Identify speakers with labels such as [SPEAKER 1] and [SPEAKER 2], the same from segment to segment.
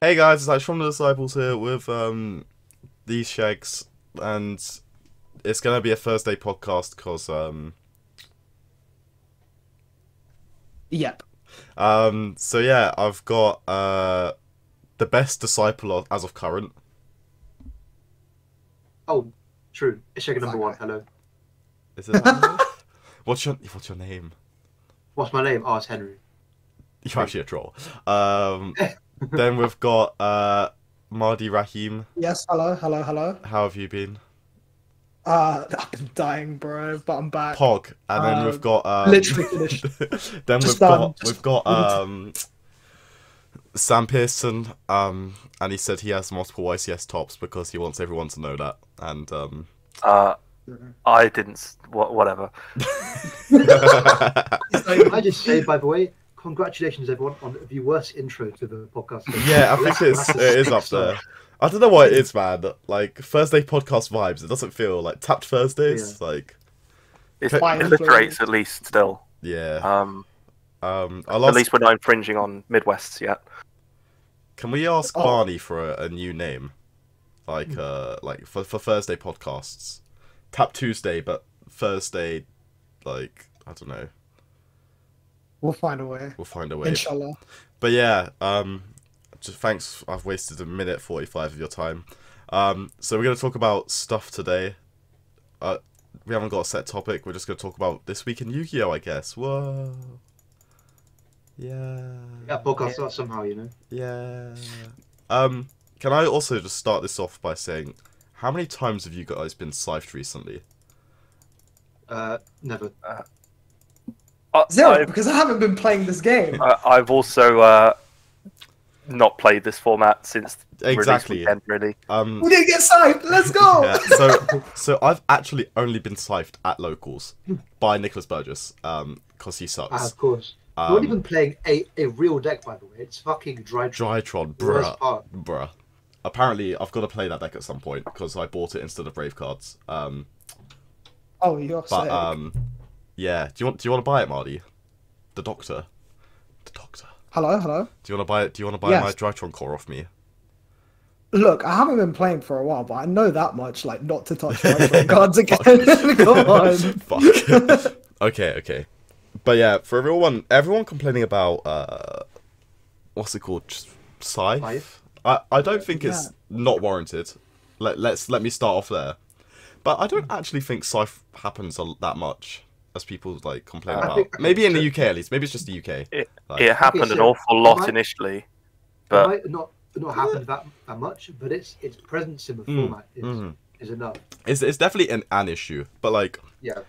[SPEAKER 1] Hey guys, it's Ash from the Disciples here with um, these shakes, and it's gonna be a Thursday podcast because um,
[SPEAKER 2] Yep.
[SPEAKER 1] um, so yeah, I've got uh, the best disciple of, as of current.
[SPEAKER 3] Oh, true. It's Shaker number
[SPEAKER 2] Fuck.
[SPEAKER 3] one. Hello.
[SPEAKER 1] Is it? that? what's your What's your name?
[SPEAKER 3] What's my name? Oh, it's Henry.
[SPEAKER 1] You're actually a troll. Um, then we've got uh, Mardi Rahim.
[SPEAKER 2] Yes. Hello. Hello. Hello.
[SPEAKER 1] How have you been?
[SPEAKER 2] Uh, I've been dying, bro, but I'm back.
[SPEAKER 1] Pog. And then
[SPEAKER 2] Uh,
[SPEAKER 1] we've got um,
[SPEAKER 2] literally finished.
[SPEAKER 1] then
[SPEAKER 2] Just
[SPEAKER 1] we've got
[SPEAKER 2] done. Just
[SPEAKER 1] we've got
[SPEAKER 2] done.
[SPEAKER 1] um Sam Pearson, um, and he said he has multiple YCS tops because he wants everyone to know that. And um,
[SPEAKER 4] Uh,
[SPEAKER 1] Mm-hmm.
[SPEAKER 4] I didn't. s- wha- Whatever.
[SPEAKER 3] Can I just say, by the way, congratulations everyone on the worst intro to the podcast.
[SPEAKER 1] yeah, I think it's it is up there. I don't know why it is, man. Like Thursday podcast vibes. It doesn't feel like tapped Thursdays. Like
[SPEAKER 4] It
[SPEAKER 2] Fine.
[SPEAKER 4] illiterates at least still.
[SPEAKER 1] yeah.
[SPEAKER 4] Um,
[SPEAKER 1] Um, I'll
[SPEAKER 4] at
[SPEAKER 1] ask,
[SPEAKER 4] least we're not infringing on Midwests yet.
[SPEAKER 1] can we ask
[SPEAKER 2] Oh.
[SPEAKER 1] Barney for a, a new name? Like uh, like for for Thursday podcasts, Tap Tuesday, but Thursday, like I don't know.
[SPEAKER 2] We'll find a way.
[SPEAKER 1] We'll find a way.
[SPEAKER 2] Inshallah.
[SPEAKER 1] But yeah, um, just thanks. I've wasted a minute forty-five of your time. Um, so we're gonna talk about stuff today. Uh, we haven't got a set topic. We're just gonna talk about this week in Yu-Gi-Oh, I guess. Whoa. Yeah.
[SPEAKER 3] Yeah, podcast starts somehow, you know.
[SPEAKER 1] Yeah. Um, can I also just start this off by saying, how many times have you guys been scythed recently?
[SPEAKER 3] Uh, never.
[SPEAKER 4] Uh,
[SPEAKER 2] Zero,
[SPEAKER 4] I've,
[SPEAKER 2] because I haven't been playing this game.
[SPEAKER 4] uh, I've also uh, not played this format since release
[SPEAKER 1] Exactly.
[SPEAKER 4] weekend, really.
[SPEAKER 1] Um,
[SPEAKER 2] we didn't get saved. Let's go.
[SPEAKER 1] Yeah, so so I've actually only been scythed at locals by Nicholas Burgess, um, because he
[SPEAKER 3] Ah,
[SPEAKER 1] sucks.
[SPEAKER 3] of course. You're not
[SPEAKER 1] Um,
[SPEAKER 3] even playing a, a real deck, by the way. It's fucking dry.
[SPEAKER 1] Drytron,
[SPEAKER 3] The worst
[SPEAKER 1] bruh,
[SPEAKER 3] part.
[SPEAKER 1] bruh. Apparently, I've got to play that deck at some point because I bought it instead of brave cards. Um,
[SPEAKER 2] Oh, you're
[SPEAKER 1] but
[SPEAKER 2] sick.
[SPEAKER 1] um, yeah. Do you want do you want to buy it, Marty? The Doctor, the Doctor.
[SPEAKER 2] hello. Hello.
[SPEAKER 1] Do you want to buy it? Do you want to buy
[SPEAKER 2] Yes.
[SPEAKER 1] my Drytron core off me?
[SPEAKER 2] Look, I haven't been playing for a while, but I know that much. Like, not to touch my cards again. Come on.
[SPEAKER 1] Fuck. okay, okay. But yeah, for everyone, everyone complaining about uh, what's it called, just scythe.
[SPEAKER 3] Scythe?
[SPEAKER 1] I I don't think it's not warranted. Let let's let me start off there. But I don't actually think scythe happens a, that much as people like complain
[SPEAKER 3] I
[SPEAKER 1] about.
[SPEAKER 3] think-
[SPEAKER 1] Maybe in the UK at least. Maybe it's just the UK.
[SPEAKER 4] It,
[SPEAKER 1] Like-
[SPEAKER 4] it happened an
[SPEAKER 3] so
[SPEAKER 4] awful lot
[SPEAKER 3] I-
[SPEAKER 4] initially,
[SPEAKER 3] It
[SPEAKER 4] but
[SPEAKER 3] might not not happened that, that much, but it's its presence in the
[SPEAKER 1] Mm,
[SPEAKER 3] format is,
[SPEAKER 1] mhm.
[SPEAKER 3] is enough.
[SPEAKER 1] It's it's definitely an an issue. But like
[SPEAKER 3] Yeah.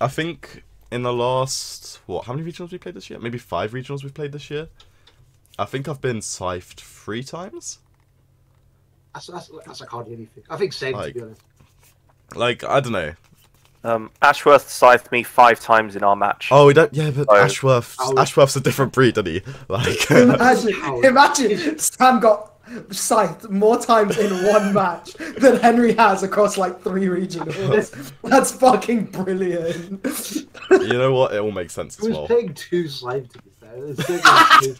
[SPEAKER 1] I think in the last what how many regionals we played this year? Maybe five regionals we've played this year. I think I've been scythed three times.
[SPEAKER 3] That's, that's, that's like hardly anything. I think same, to
[SPEAKER 1] Like-
[SPEAKER 3] be honest.
[SPEAKER 1] Like I don't know.
[SPEAKER 4] um, Ashworth scythed me five times in our match.
[SPEAKER 1] Oh, we don't. Yeah, but
[SPEAKER 4] Oh.
[SPEAKER 1] Ashworth.
[SPEAKER 3] Oh.
[SPEAKER 1] Ashworth's a different breed, isn't he? Like, uh,
[SPEAKER 2] Imagine, imagine Sam got scythed more times in one match than Henry has across like three regionals. That's fucking brilliant.
[SPEAKER 1] you know what? It all makes sense
[SPEAKER 3] He
[SPEAKER 1] as
[SPEAKER 3] was
[SPEAKER 1] well.
[SPEAKER 3] playing two slime, to be fair. It's so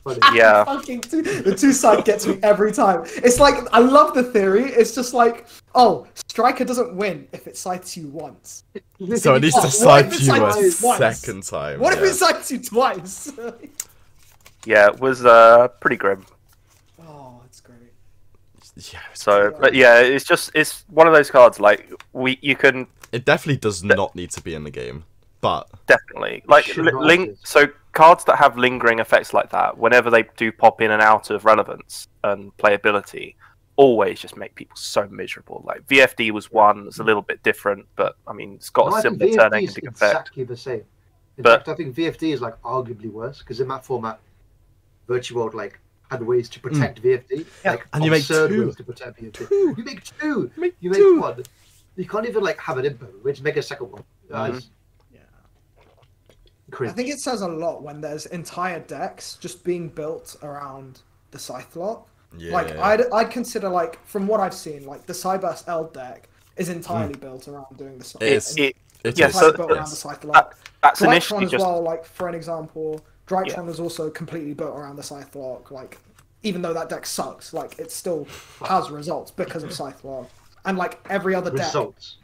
[SPEAKER 3] funny.
[SPEAKER 4] Yeah.
[SPEAKER 2] Fucking two, the two side gets me every time. It's like I love the theory. It's just like, oh, striker doesn't win if it scythes you once.
[SPEAKER 1] So it needs
[SPEAKER 2] Oh,
[SPEAKER 1] to
[SPEAKER 2] what if
[SPEAKER 1] scythe
[SPEAKER 2] it's
[SPEAKER 1] you
[SPEAKER 2] like
[SPEAKER 1] a
[SPEAKER 2] twice?
[SPEAKER 1] second time.
[SPEAKER 2] What if
[SPEAKER 1] yeah.
[SPEAKER 2] it scythes you twice?
[SPEAKER 4] Yeah, it was uh, pretty grim.
[SPEAKER 2] oh, it's great.
[SPEAKER 1] Yeah, it's-
[SPEAKER 4] So, but yeah, it's just it's one of those cards. Like we, you can
[SPEAKER 1] it definitely does not need to be in the game, but
[SPEAKER 4] definitely like
[SPEAKER 3] Should
[SPEAKER 4] li-
[SPEAKER 3] not
[SPEAKER 4] ling-
[SPEAKER 3] exist.
[SPEAKER 4] so cards that have lingering effects like that whenever they do pop in and out of relevance and playability always just make people so miserable like vfd was one it's a little bit different but i mean it's got
[SPEAKER 3] No,
[SPEAKER 4] a
[SPEAKER 3] I
[SPEAKER 4] similar
[SPEAKER 3] think
[SPEAKER 4] turn
[SPEAKER 3] VFD is
[SPEAKER 4] ending effect
[SPEAKER 3] exactly the same. In
[SPEAKER 4] But-
[SPEAKER 3] fact, I think VFD is like arguably worse because in that format, Virtue World like had ways to protect VFD.
[SPEAKER 2] Yeah.
[SPEAKER 3] Like
[SPEAKER 1] Mm. And you make
[SPEAKER 3] absurd
[SPEAKER 1] two.
[SPEAKER 3] ways to protect VFD.
[SPEAKER 1] Two.
[SPEAKER 3] You make two.
[SPEAKER 1] Make
[SPEAKER 3] you make
[SPEAKER 1] two.
[SPEAKER 3] one. You can't even like have an input. We just make a second one. Uh,
[SPEAKER 4] Mm-hmm.
[SPEAKER 3] it's
[SPEAKER 2] Yeah. I
[SPEAKER 3] crazy.
[SPEAKER 2] think it says a lot when there's entire decks just being built around the Scythe lot.
[SPEAKER 1] yeah,
[SPEAKER 2] Like I'd, I'd consider like from what I've seen, like the Cyburst L deck is entirely built around doing the Scythe.
[SPEAKER 1] It is.
[SPEAKER 2] and
[SPEAKER 4] it,
[SPEAKER 1] It
[SPEAKER 4] yeah,
[SPEAKER 1] is,
[SPEAKER 2] entirely
[SPEAKER 4] so-
[SPEAKER 2] built around the
[SPEAKER 1] yes.
[SPEAKER 2] Scythe
[SPEAKER 4] that,
[SPEAKER 2] lot.
[SPEAKER 4] that's
[SPEAKER 2] Drytron
[SPEAKER 4] initially
[SPEAKER 2] as
[SPEAKER 4] just
[SPEAKER 2] well, like for an example, Drytron is also completely built around the Scythe lock. Like even though that deck sucks, like it still has results because of Scythe One. And like every other deck,
[SPEAKER 3] Results.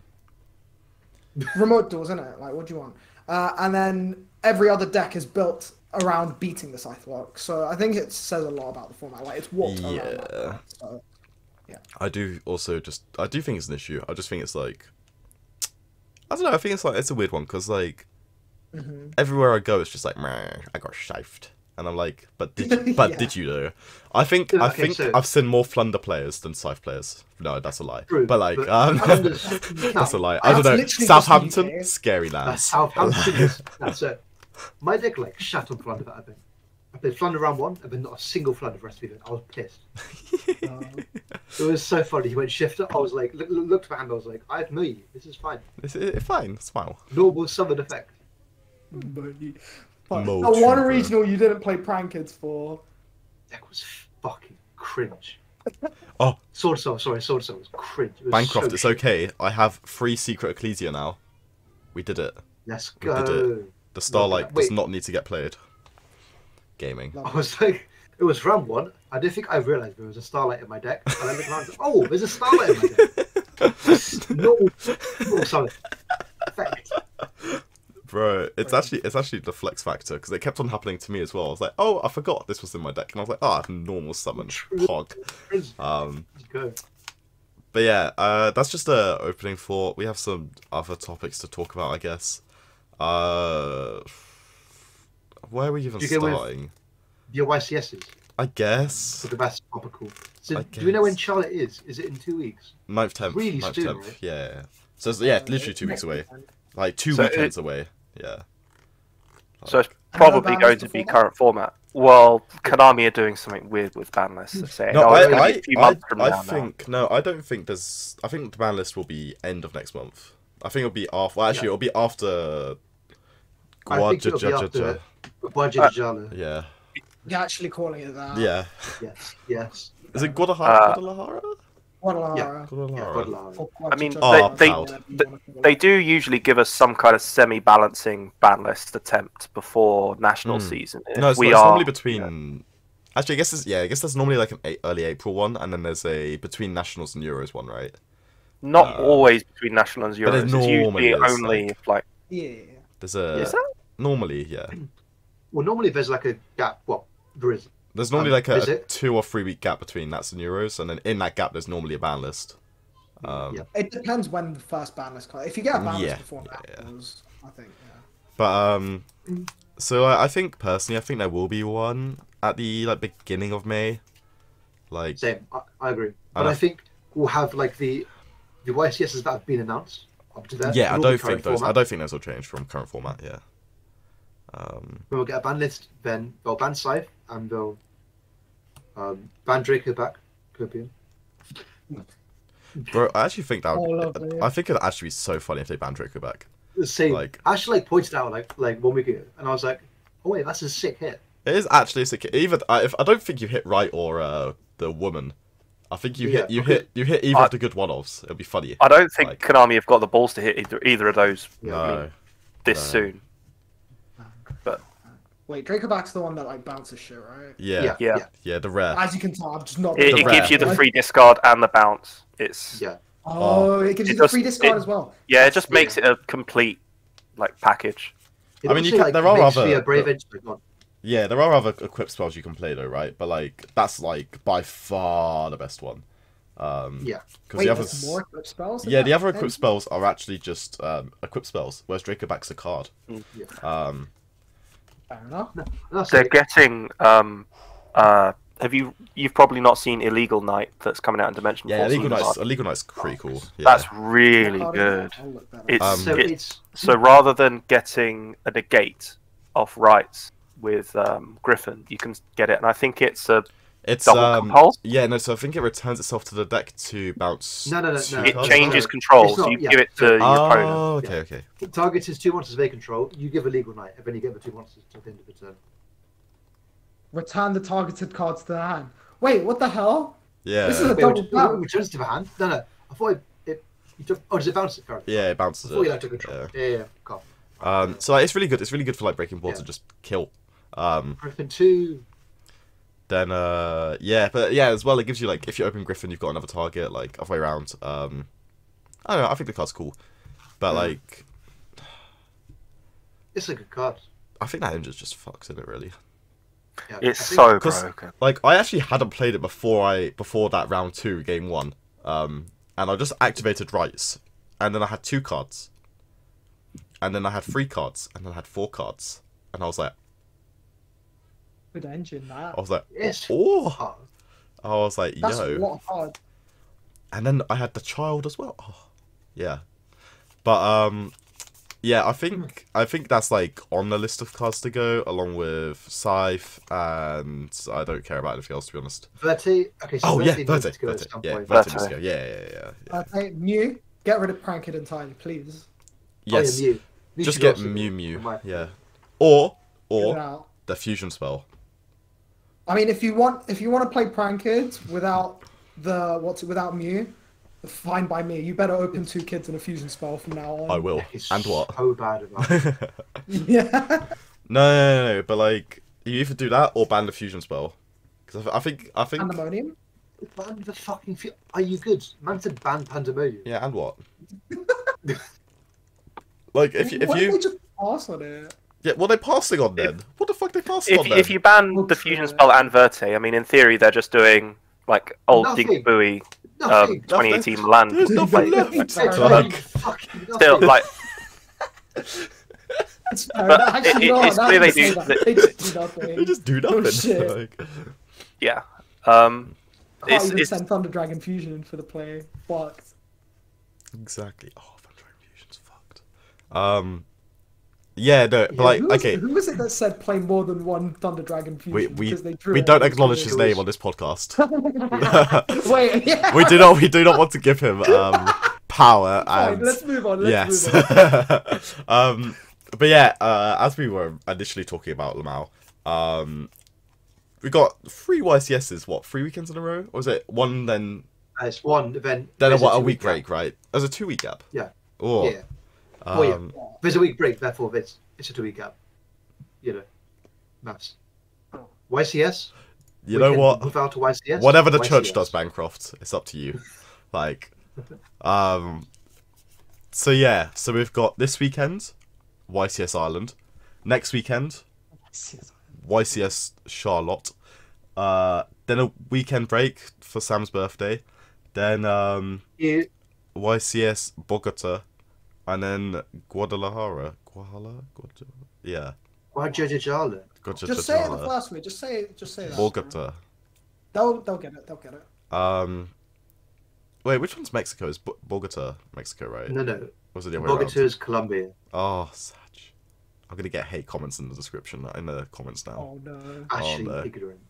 [SPEAKER 2] remote duels, isn't it? Like, what do you want? Uh, and then every other deck is built around beating the Scythe Warlock. So I think it says a lot about the format. Like, it's warped around that.
[SPEAKER 1] Yeah.
[SPEAKER 2] So,
[SPEAKER 1] I do also just I do think it's an issue. I just think it's like I don't know. I think it's like it's a weird one because like
[SPEAKER 3] Mm-hmm.
[SPEAKER 1] everywhere I go, it's just like "Meh, I got shifted, and I'm like, but did you, but
[SPEAKER 2] Yeah.
[SPEAKER 1] did you though? I think
[SPEAKER 3] Yeah,
[SPEAKER 1] I
[SPEAKER 3] okay,
[SPEAKER 1] think
[SPEAKER 3] so-
[SPEAKER 1] I've seen more Flunder players than Scythe players. No, that's a lie.
[SPEAKER 3] True,
[SPEAKER 1] but like
[SPEAKER 3] but
[SPEAKER 1] um,
[SPEAKER 3] Flunder's-
[SPEAKER 1] that's a lie. I don't
[SPEAKER 2] That's
[SPEAKER 1] know.
[SPEAKER 2] literally just the
[SPEAKER 1] Southampton,
[SPEAKER 2] UK.
[SPEAKER 1] scary
[SPEAKER 3] That's
[SPEAKER 1] lads.
[SPEAKER 3] Uh, Southampton. is- That's it. My deck like shut on Flounder that I think. I played Flounder round one, and then not a single Flounder for the rest of the event. I was pissed. Um,
[SPEAKER 2] uh,
[SPEAKER 3] It was so funny. He went shifter. I was like, look, look- looked at my hand. I was like, I know you. This is fine.
[SPEAKER 1] It's, it, fine. Smile.
[SPEAKER 3] Normal summon effect.
[SPEAKER 2] but you- but-
[SPEAKER 1] Mo
[SPEAKER 2] Now, one
[SPEAKER 1] Trooper.
[SPEAKER 2] regional you didn't play Prankids for.
[SPEAKER 3] Deck was fucking cringe.
[SPEAKER 1] Oh.
[SPEAKER 3] Sword Soul. Sorry, Sword Soul was cringe. It was
[SPEAKER 1] Bancroft,
[SPEAKER 3] so
[SPEAKER 1] it's
[SPEAKER 3] shit.
[SPEAKER 1] okay. I have free secret ecclesia now. We did it.
[SPEAKER 3] Let's
[SPEAKER 1] We did
[SPEAKER 3] go.
[SPEAKER 1] The Starlight
[SPEAKER 3] wait.
[SPEAKER 1] does not need to get played. Gaming.
[SPEAKER 2] No.
[SPEAKER 3] I was like, it was round one. I didn't think I realised there was a starlight in my deck. And I looked around, oh, there's a starlight in my deck. no, no, sorry. Effect.
[SPEAKER 1] Bro, it's actually it's actually the flex factor because it kept on happening to me as well. I was like, oh, I forgot this was in my deck, and I was like, oh, normal summon, pog.
[SPEAKER 3] Let's
[SPEAKER 1] Um,
[SPEAKER 3] go.
[SPEAKER 1] but yeah, uh, that's just a opening thought. We have some other topics to talk about, I guess. Uh, where are we even
[SPEAKER 3] You go with-
[SPEAKER 1] starting?
[SPEAKER 3] The YCSs
[SPEAKER 1] I
[SPEAKER 3] for
[SPEAKER 1] guess
[SPEAKER 3] the best topical. So,
[SPEAKER 1] I
[SPEAKER 3] do we know when
[SPEAKER 1] guess.
[SPEAKER 3] Charlotte is? Is it in two weeks?
[SPEAKER 1] ninth tenth,
[SPEAKER 3] Really
[SPEAKER 1] ninth
[SPEAKER 3] soon,
[SPEAKER 1] tenth,
[SPEAKER 3] right?
[SPEAKER 1] yeah. yeah. So it's- yeah, literally two weeks away, like two
[SPEAKER 4] So it-
[SPEAKER 1] weekends away. Yeah,
[SPEAKER 4] So it's
[SPEAKER 2] And no
[SPEAKER 4] probably
[SPEAKER 2] ban
[SPEAKER 4] going
[SPEAKER 2] list
[SPEAKER 4] to
[SPEAKER 2] before
[SPEAKER 4] be
[SPEAKER 2] that?
[SPEAKER 4] current format. Well, Konami are doing something weird with ban lists. Of saying,
[SPEAKER 1] No,
[SPEAKER 4] oh, it's
[SPEAKER 1] I,
[SPEAKER 4] gonna be
[SPEAKER 1] I,
[SPEAKER 4] a few
[SPEAKER 1] I,
[SPEAKER 4] months from
[SPEAKER 1] I
[SPEAKER 4] now now."
[SPEAKER 1] think no, I don't think there's. I think the ban list will be end of next month. I think it'll be after. Well, actually, it'll be after.
[SPEAKER 3] I think it'll be
[SPEAKER 1] Guajajaja-
[SPEAKER 3] after Budget
[SPEAKER 4] Uh,
[SPEAKER 3] Charlotte.
[SPEAKER 1] Yeah,
[SPEAKER 2] You're actually calling it that.
[SPEAKER 1] yeah.
[SPEAKER 3] Yes, yes.
[SPEAKER 1] Is it
[SPEAKER 4] Uh,
[SPEAKER 1] Guadalajara? Guadalajara?
[SPEAKER 2] Guadalajara.
[SPEAKER 1] Guadalajara.
[SPEAKER 3] Budlara.
[SPEAKER 2] Or
[SPEAKER 4] I mean,
[SPEAKER 2] Quadra-
[SPEAKER 1] they-
[SPEAKER 2] Quadra-
[SPEAKER 1] they-
[SPEAKER 2] you wanna call it.
[SPEAKER 4] They do usually give us some kind of semi-balancing ban list attempt before national
[SPEAKER 1] Mm.
[SPEAKER 4] season.
[SPEAKER 1] No,
[SPEAKER 4] If
[SPEAKER 1] it's,
[SPEAKER 4] we
[SPEAKER 1] it's
[SPEAKER 4] are
[SPEAKER 1] normally between. Actually, I guess it's, yeah. I guess there's normally like an eight, early April one, and then there's a between nationals and Euros one, right?
[SPEAKER 4] not
[SPEAKER 1] uh,
[SPEAKER 4] always between national and
[SPEAKER 1] but it
[SPEAKER 4] Euros. It's
[SPEAKER 1] normally
[SPEAKER 4] usually
[SPEAKER 1] is,
[SPEAKER 4] only if, like
[SPEAKER 2] Yeah.
[SPEAKER 1] There's a
[SPEAKER 4] Is that-
[SPEAKER 1] normally yeah.
[SPEAKER 3] Well, normally there's like a gap. Well, there is.
[SPEAKER 1] There's normally
[SPEAKER 3] Um,
[SPEAKER 1] like a,
[SPEAKER 3] is it?
[SPEAKER 1] two or three week gap between that's and Euros, and then in that gap there's normally a ban list. Um,
[SPEAKER 3] Yeah.
[SPEAKER 2] It depends when the first ban list comes. If you get a ban
[SPEAKER 1] Yeah,
[SPEAKER 2] list before
[SPEAKER 1] yeah, yeah.
[SPEAKER 2] Nationals, I think. Yeah.
[SPEAKER 1] But um, so I, I think personally, I think there will be one at the like beginning of May. Like
[SPEAKER 3] Same. I, I agree. But
[SPEAKER 1] And I-
[SPEAKER 3] I think we'll have like the the YCSs that have been announced up to there.
[SPEAKER 1] yeah, I
[SPEAKER 3] will be
[SPEAKER 1] don't
[SPEAKER 3] current
[SPEAKER 1] think those. I
[SPEAKER 3] format.
[SPEAKER 1] don't think those will change from current format. Yeah. Um,
[SPEAKER 3] We'll get a ban list, then they'll ban Scythe and they'll um, ban Draco back, Copian.
[SPEAKER 1] bro, I actually think that.
[SPEAKER 2] All
[SPEAKER 1] Would,
[SPEAKER 2] of it.
[SPEAKER 1] I think it'd actually be so funny if they banned Draco back.
[SPEAKER 3] The same.
[SPEAKER 1] Like-
[SPEAKER 3] Ash like pointed out like like one week ago, and I was like, oh wait, that's a sick hit.
[SPEAKER 1] It is actually a sick. Either I, if I don't think you hit right or uh, the woman. I think you hit
[SPEAKER 3] Yeah,
[SPEAKER 1] you
[SPEAKER 3] okay.
[SPEAKER 1] hit you hit either
[SPEAKER 4] I-
[SPEAKER 1] of the good one offs. It'll be funny.
[SPEAKER 4] I don't think
[SPEAKER 1] Like-
[SPEAKER 4] Konami have got the balls to hit either, either of those I mean,
[SPEAKER 1] No.
[SPEAKER 4] this
[SPEAKER 1] no.
[SPEAKER 4] soon.
[SPEAKER 2] Wait, Draco back's the one that like bounces shit, right?
[SPEAKER 1] Yeah.
[SPEAKER 3] yeah,
[SPEAKER 1] Yeah.
[SPEAKER 4] Yeah.
[SPEAKER 1] the rare.
[SPEAKER 2] As you can tell, I'm just not.
[SPEAKER 4] It,
[SPEAKER 1] The
[SPEAKER 4] it gives
[SPEAKER 1] rare.
[SPEAKER 4] you the
[SPEAKER 2] Right?
[SPEAKER 4] free discard and the bounce. It's yeah,
[SPEAKER 3] yeah.
[SPEAKER 2] Oh, it gives
[SPEAKER 4] It
[SPEAKER 2] you the
[SPEAKER 4] does-
[SPEAKER 2] free discard
[SPEAKER 4] it-
[SPEAKER 2] as well.
[SPEAKER 4] it just makes it a complete like package.
[SPEAKER 3] It
[SPEAKER 1] I mean, you
[SPEAKER 3] also,
[SPEAKER 1] can- there are
[SPEAKER 3] makes
[SPEAKER 1] other-
[SPEAKER 3] Fear Brave Edge like, not-
[SPEAKER 1] Yeah, there are other equip spells you can play though, right? But like that's like by far the best one. Um
[SPEAKER 3] Yeah.
[SPEAKER 1] Because
[SPEAKER 2] Wait,
[SPEAKER 1] the
[SPEAKER 2] there's
[SPEAKER 1] others,
[SPEAKER 2] more equip spells. than
[SPEAKER 1] yeah,
[SPEAKER 2] that?
[SPEAKER 1] the other
[SPEAKER 2] Okay.
[SPEAKER 1] equip spells are actually just um, equip spells, whereas Draco backs a card.
[SPEAKER 4] Mm.
[SPEAKER 1] Um,
[SPEAKER 2] Fair enough.
[SPEAKER 3] That's
[SPEAKER 4] They're
[SPEAKER 3] like,
[SPEAKER 4] getting um uh have you you've probably not seen Illegal Knight that's coming out in Dimension
[SPEAKER 1] yeah,
[SPEAKER 4] Force
[SPEAKER 1] illegal
[SPEAKER 4] either.
[SPEAKER 1] knight's illegal knight's pretty cool. Yeah.
[SPEAKER 4] That's really
[SPEAKER 2] I'll-
[SPEAKER 4] good.
[SPEAKER 2] I'll look that up.
[SPEAKER 4] It's,
[SPEAKER 1] Um,
[SPEAKER 3] so
[SPEAKER 4] it-
[SPEAKER 3] it's
[SPEAKER 4] so rather than getting a negate off rights with um, Griffin, you can get it, and I think it's a
[SPEAKER 1] it's
[SPEAKER 4] double
[SPEAKER 1] um,
[SPEAKER 4] compulse?
[SPEAKER 1] yeah, no. So I think it returns itself to the deck to bounce.
[SPEAKER 3] No, no, no,
[SPEAKER 1] two
[SPEAKER 3] no.
[SPEAKER 4] it
[SPEAKER 1] cards.
[SPEAKER 4] changes
[SPEAKER 3] not-
[SPEAKER 4] control,
[SPEAKER 3] it's
[SPEAKER 4] so
[SPEAKER 3] not-
[SPEAKER 4] you
[SPEAKER 3] yeah.
[SPEAKER 4] give it to your opponent.
[SPEAKER 1] Oh,
[SPEAKER 3] yeah.
[SPEAKER 1] okay, okay.
[SPEAKER 3] it targets his two monsters they control. You give a legal knight, and then you get the two monsters to the end of the turn.
[SPEAKER 2] Return the targeted cards to the hand. Wait, what the hell?
[SPEAKER 1] Yeah,
[SPEAKER 2] This is a-
[SPEAKER 3] Wait,
[SPEAKER 2] Double
[SPEAKER 3] which,
[SPEAKER 2] bounce.
[SPEAKER 3] which turns to the hand? No, no. I thought it. it you took, oh, does it bounce it currently?
[SPEAKER 1] yeah, it bounces
[SPEAKER 3] Before
[SPEAKER 1] it.
[SPEAKER 3] you like to control.
[SPEAKER 1] Yeah.
[SPEAKER 3] Yeah, yeah, yeah. Cool.
[SPEAKER 1] Um, so like, it's really good. It's really good for like breaking boards
[SPEAKER 3] Yeah.
[SPEAKER 1] and just kill. Um,
[SPEAKER 3] Griffin two.
[SPEAKER 1] Then uh yeah, but yeah, as well it gives you like if you open Griffin you've got another target, like halfway around. Um I don't know, I think the card's cool. But
[SPEAKER 3] Yeah.
[SPEAKER 1] like
[SPEAKER 3] It's a good card.
[SPEAKER 1] I think that Indra's just fucked, isn't it really?
[SPEAKER 3] Yeah,
[SPEAKER 4] It's
[SPEAKER 3] I think-
[SPEAKER 4] so
[SPEAKER 1] 'cause-
[SPEAKER 4] broken.
[SPEAKER 1] Like I actually hadn't played it before I before that round two, game one. Um and I just activated rights. And then I had two cards. And then I had three cards. And then I had four cards. And I was like
[SPEAKER 2] Good engine, that.
[SPEAKER 1] I was like
[SPEAKER 3] It's
[SPEAKER 1] Oh
[SPEAKER 3] hard.
[SPEAKER 1] I was like,
[SPEAKER 2] That's
[SPEAKER 1] yo.
[SPEAKER 2] a lot of hard.
[SPEAKER 1] and then I had the child as well. Oh, yeah, but um, yeah, I think I think that's like on the list of cards to go, along with Scythe, and I don't care about anything else to be honest.
[SPEAKER 3] Verte, okay, so
[SPEAKER 1] oh yeah,
[SPEAKER 3] needs
[SPEAKER 1] Verte,
[SPEAKER 3] to go at
[SPEAKER 1] Verte,
[SPEAKER 3] some
[SPEAKER 1] yeah,
[SPEAKER 3] point. Oh,
[SPEAKER 1] Verte needs
[SPEAKER 4] Verte.
[SPEAKER 1] to go. Yeah, yeah, yeah. yeah.
[SPEAKER 2] Uh, hey, Mew, get rid of Pranked entirely, please.
[SPEAKER 3] Oh, yeah,
[SPEAKER 1] Yes,
[SPEAKER 3] Mew. Mew
[SPEAKER 1] just
[SPEAKER 3] should
[SPEAKER 1] get
[SPEAKER 3] also go,
[SPEAKER 1] Mew
[SPEAKER 3] in my
[SPEAKER 1] Mew.
[SPEAKER 3] opinion.
[SPEAKER 1] Yeah, or
[SPEAKER 2] Get it
[SPEAKER 1] or
[SPEAKER 2] out.
[SPEAKER 1] the fusion spell.
[SPEAKER 2] I mean, if you want, if you want to play Pranked without the what's it without Mew, fine by me. You better open two kids and a fusion spell from now on.
[SPEAKER 1] I will.
[SPEAKER 3] It's
[SPEAKER 1] And what?
[SPEAKER 3] So bad about
[SPEAKER 1] no,
[SPEAKER 3] it.
[SPEAKER 1] no,
[SPEAKER 2] Yeah.
[SPEAKER 1] no, no, but like you either do that or ban the fusion spell. Because I, think I think
[SPEAKER 2] Pandemonium.
[SPEAKER 3] Ban the fucking. Fe- Are you good? Man said ban pandemonium.
[SPEAKER 1] yeah, and what? like if you, if
[SPEAKER 2] Why
[SPEAKER 1] you
[SPEAKER 2] don't they just pass on it?
[SPEAKER 1] Yeah, what are they passing on then? what the fuck are they passing
[SPEAKER 4] If,
[SPEAKER 1] on then?
[SPEAKER 4] if you ban
[SPEAKER 2] Well,
[SPEAKER 4] the fusion
[SPEAKER 2] true.
[SPEAKER 4] spell and Verte, I mean, in theory, they're just doing like old
[SPEAKER 3] Nothing.
[SPEAKER 4] Dink Buoy
[SPEAKER 3] Nothing.
[SPEAKER 4] um, 2018
[SPEAKER 1] nothing.
[SPEAKER 4] Milan.
[SPEAKER 1] There's nothing
[SPEAKER 4] Like,
[SPEAKER 1] left.
[SPEAKER 2] Fuck.
[SPEAKER 3] They're doing fucking nothing.
[SPEAKER 4] still, like,
[SPEAKER 2] It's, no,
[SPEAKER 4] But
[SPEAKER 2] no, actually,
[SPEAKER 4] it-
[SPEAKER 2] no,
[SPEAKER 4] it's
[SPEAKER 2] now
[SPEAKER 4] clear
[SPEAKER 2] you
[SPEAKER 4] they
[SPEAKER 2] say
[SPEAKER 4] do-
[SPEAKER 2] that,
[SPEAKER 4] they-
[SPEAKER 2] They just do nothing.
[SPEAKER 1] they just do
[SPEAKER 2] Oh,
[SPEAKER 1] nothing.
[SPEAKER 2] shit.
[SPEAKER 1] like,
[SPEAKER 4] yeah. Um,
[SPEAKER 2] Can't
[SPEAKER 4] it's,
[SPEAKER 2] even
[SPEAKER 4] it's,
[SPEAKER 2] send Thunder Dragon Fusion for the play. Fuck.
[SPEAKER 1] exactly. Oh, Thunder Dragon Fusion's fucked. Um, yeah, no, but like,
[SPEAKER 2] who, was,
[SPEAKER 1] okay,
[SPEAKER 2] who was it that said play more than one Thunder Dragon Fusion?
[SPEAKER 1] we we
[SPEAKER 2] because they drew
[SPEAKER 1] we
[SPEAKER 2] it
[SPEAKER 1] don't
[SPEAKER 2] and it was
[SPEAKER 1] acknowledge his
[SPEAKER 2] weird.
[SPEAKER 1] name on this podcast.
[SPEAKER 2] Wait, yeah.
[SPEAKER 1] we do not. We do not want to give him um power
[SPEAKER 2] Fine,
[SPEAKER 1] and
[SPEAKER 2] let's move on. Let's
[SPEAKER 1] yes.
[SPEAKER 2] move on.
[SPEAKER 1] um, but yeah, uh, as we were initially talking about Lamau, um, we got three YCSs. What three weekends in a row, or was it one then
[SPEAKER 3] Uh, It's one event.
[SPEAKER 1] Then a,
[SPEAKER 3] there's
[SPEAKER 1] what, a
[SPEAKER 3] two
[SPEAKER 1] week
[SPEAKER 3] gap.
[SPEAKER 1] break, right? There's a two week gap.
[SPEAKER 3] Yeah.
[SPEAKER 1] Oh,
[SPEAKER 3] Yeah. Oh, yeah.
[SPEAKER 1] um,
[SPEAKER 3] There's a week break, therefore it's it's a two week gap. You know, maths. YCS.
[SPEAKER 1] You
[SPEAKER 3] We
[SPEAKER 1] know
[SPEAKER 3] can
[SPEAKER 1] what?
[SPEAKER 3] Move out to YCS.
[SPEAKER 1] Whatever the church
[SPEAKER 3] YCS.
[SPEAKER 1] does, Bancroft, it's up to you. like, um, so yeah, so we've got this weekend, YCS Ireland. Next weekend, YCS Charlotte. Uh, then a weekend break for Sam's birthday. Then um,
[SPEAKER 3] You-
[SPEAKER 1] YCS Bogota, and then Guadalajara. Guadalajara, Guadalajara? yeah,
[SPEAKER 3] Guajajajala.
[SPEAKER 1] Guadalajara.
[SPEAKER 2] Just say it the first way. Just say it. Just say that.
[SPEAKER 1] Bogota.
[SPEAKER 2] They'll, they'll get it. They'll get it.
[SPEAKER 1] Um, wait, which one's Mexico? Is Bo- Bogota Mexico, right?
[SPEAKER 3] No, no.
[SPEAKER 1] Or is it the other way
[SPEAKER 3] Bogota
[SPEAKER 1] around?
[SPEAKER 3] is Colombia.
[SPEAKER 1] Oh, Satch. I'm gonna get hate comments in the description, in the comments now.
[SPEAKER 2] Oh no.
[SPEAKER 3] Ashley
[SPEAKER 1] no.
[SPEAKER 3] ignorant.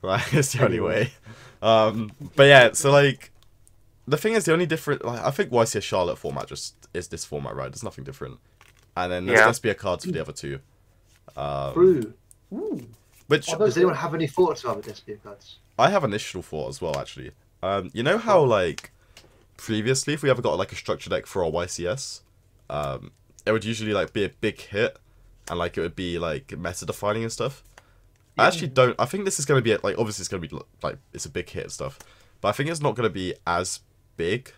[SPEAKER 1] Right, it's the only
[SPEAKER 3] Anyway.
[SPEAKER 1] way. Um, but yeah, so like, the thing is, the only different, like, I think YCS Charlotte format just is this format, right? There's nothing different. And then there's
[SPEAKER 4] Yeah.
[SPEAKER 1] just be a cards for the other two. Um,
[SPEAKER 3] Brew.
[SPEAKER 2] Ooh.
[SPEAKER 1] which
[SPEAKER 2] Although-
[SPEAKER 3] Does anyone have any thoughts about the Despia cards?
[SPEAKER 1] I have an initial thought as well, actually. Um, you know how like previously, if we ever got like a structure deck for our YCS, um, it would usually like be a big hit, and like it would be like meta defining and stuff. I actually don't. I think this is gonna be like obviously it's gonna be like it's a big hit and stuff, but I think it's not gonna be as big,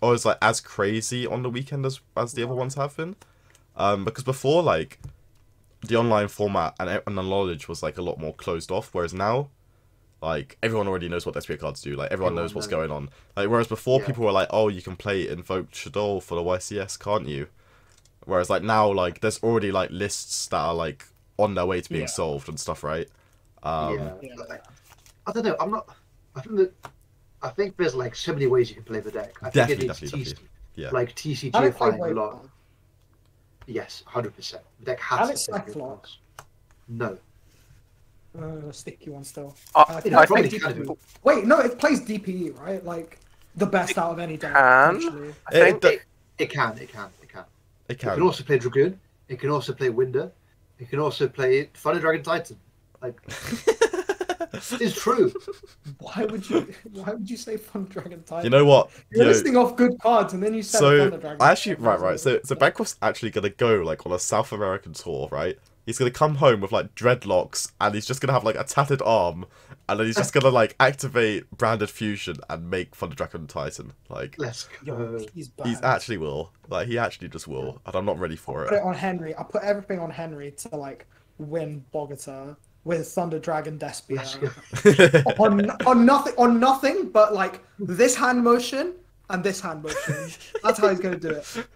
[SPEAKER 1] or it's like as crazy on the weekend as as the other ones have been, um, because before like the online format and and the knowledge was like a lot more closed off, whereas now like everyone already knows what XP cards do. Like everyone
[SPEAKER 3] Everyone
[SPEAKER 1] knows what's
[SPEAKER 3] knows.
[SPEAKER 1] going on. Like whereas before
[SPEAKER 3] Yeah.
[SPEAKER 1] people were like, oh, you can play Invoke Shadol for the YCS, can't you? Whereas like now, like there's already like lists that are like on their way to being
[SPEAKER 2] Yeah.
[SPEAKER 1] solved and stuff, right? Um,
[SPEAKER 3] yeah.
[SPEAKER 2] Yeah.
[SPEAKER 3] like, I don't know. I'm not. I think that. I think there's like so many ways you can play the deck. I
[SPEAKER 1] Definitely,
[SPEAKER 3] think it needs
[SPEAKER 1] definitely,
[SPEAKER 3] TC,
[SPEAKER 1] yeah.
[SPEAKER 3] like
[SPEAKER 2] Alex played
[SPEAKER 3] TCGifying
[SPEAKER 2] way
[SPEAKER 3] a lot.
[SPEAKER 2] better.
[SPEAKER 3] Yes, hundred percent. The deck has
[SPEAKER 2] Alex
[SPEAKER 3] to play
[SPEAKER 2] like
[SPEAKER 3] good
[SPEAKER 2] Flock.
[SPEAKER 3] cards. No,
[SPEAKER 2] Uh, sticky one still. Uh,
[SPEAKER 4] I,
[SPEAKER 2] it
[SPEAKER 4] Uh, I
[SPEAKER 2] probably
[SPEAKER 4] think
[SPEAKER 2] can do. E. Wait, no, it plays DPE, right? Like the best out of any deck.
[SPEAKER 4] can.
[SPEAKER 2] potentially.
[SPEAKER 4] I
[SPEAKER 1] It,
[SPEAKER 4] think
[SPEAKER 1] it, do-
[SPEAKER 3] it can, it can, it can.
[SPEAKER 1] it
[SPEAKER 3] It can
[SPEAKER 1] can.
[SPEAKER 3] also play Dragoon. It can also play Winder. It can also play Thunder Dragon Titan. Like it's true.
[SPEAKER 2] Why would you? Why would you say Fun Dragon Titan?
[SPEAKER 1] You know what?
[SPEAKER 2] You're
[SPEAKER 1] You know-
[SPEAKER 2] listing off good cards, and then you said
[SPEAKER 1] so
[SPEAKER 2] Thunder Dragon.
[SPEAKER 1] I actually
[SPEAKER 2] Titan.
[SPEAKER 1] right right so so Bancroft's actually gonna go like on a South American tour right He's gonna come home with like dreadlocks, and he's just gonna have like a tattered arm, and then he's just gonna like activate branded fusion and make Thunder Dragon Titan. Like
[SPEAKER 3] Let's
[SPEAKER 2] Yo,
[SPEAKER 3] go.
[SPEAKER 2] he's bad.
[SPEAKER 1] he's actually will. Like he actually just will, and I'm not ready for
[SPEAKER 2] put it
[SPEAKER 1] it.
[SPEAKER 2] on Henry. I put everything on Henry to like win Bogota with Thunder Dragon
[SPEAKER 3] Let's go.
[SPEAKER 2] Despia on on nothing on nothing but like this hand motion and this hand motion. That's how he's gonna do it.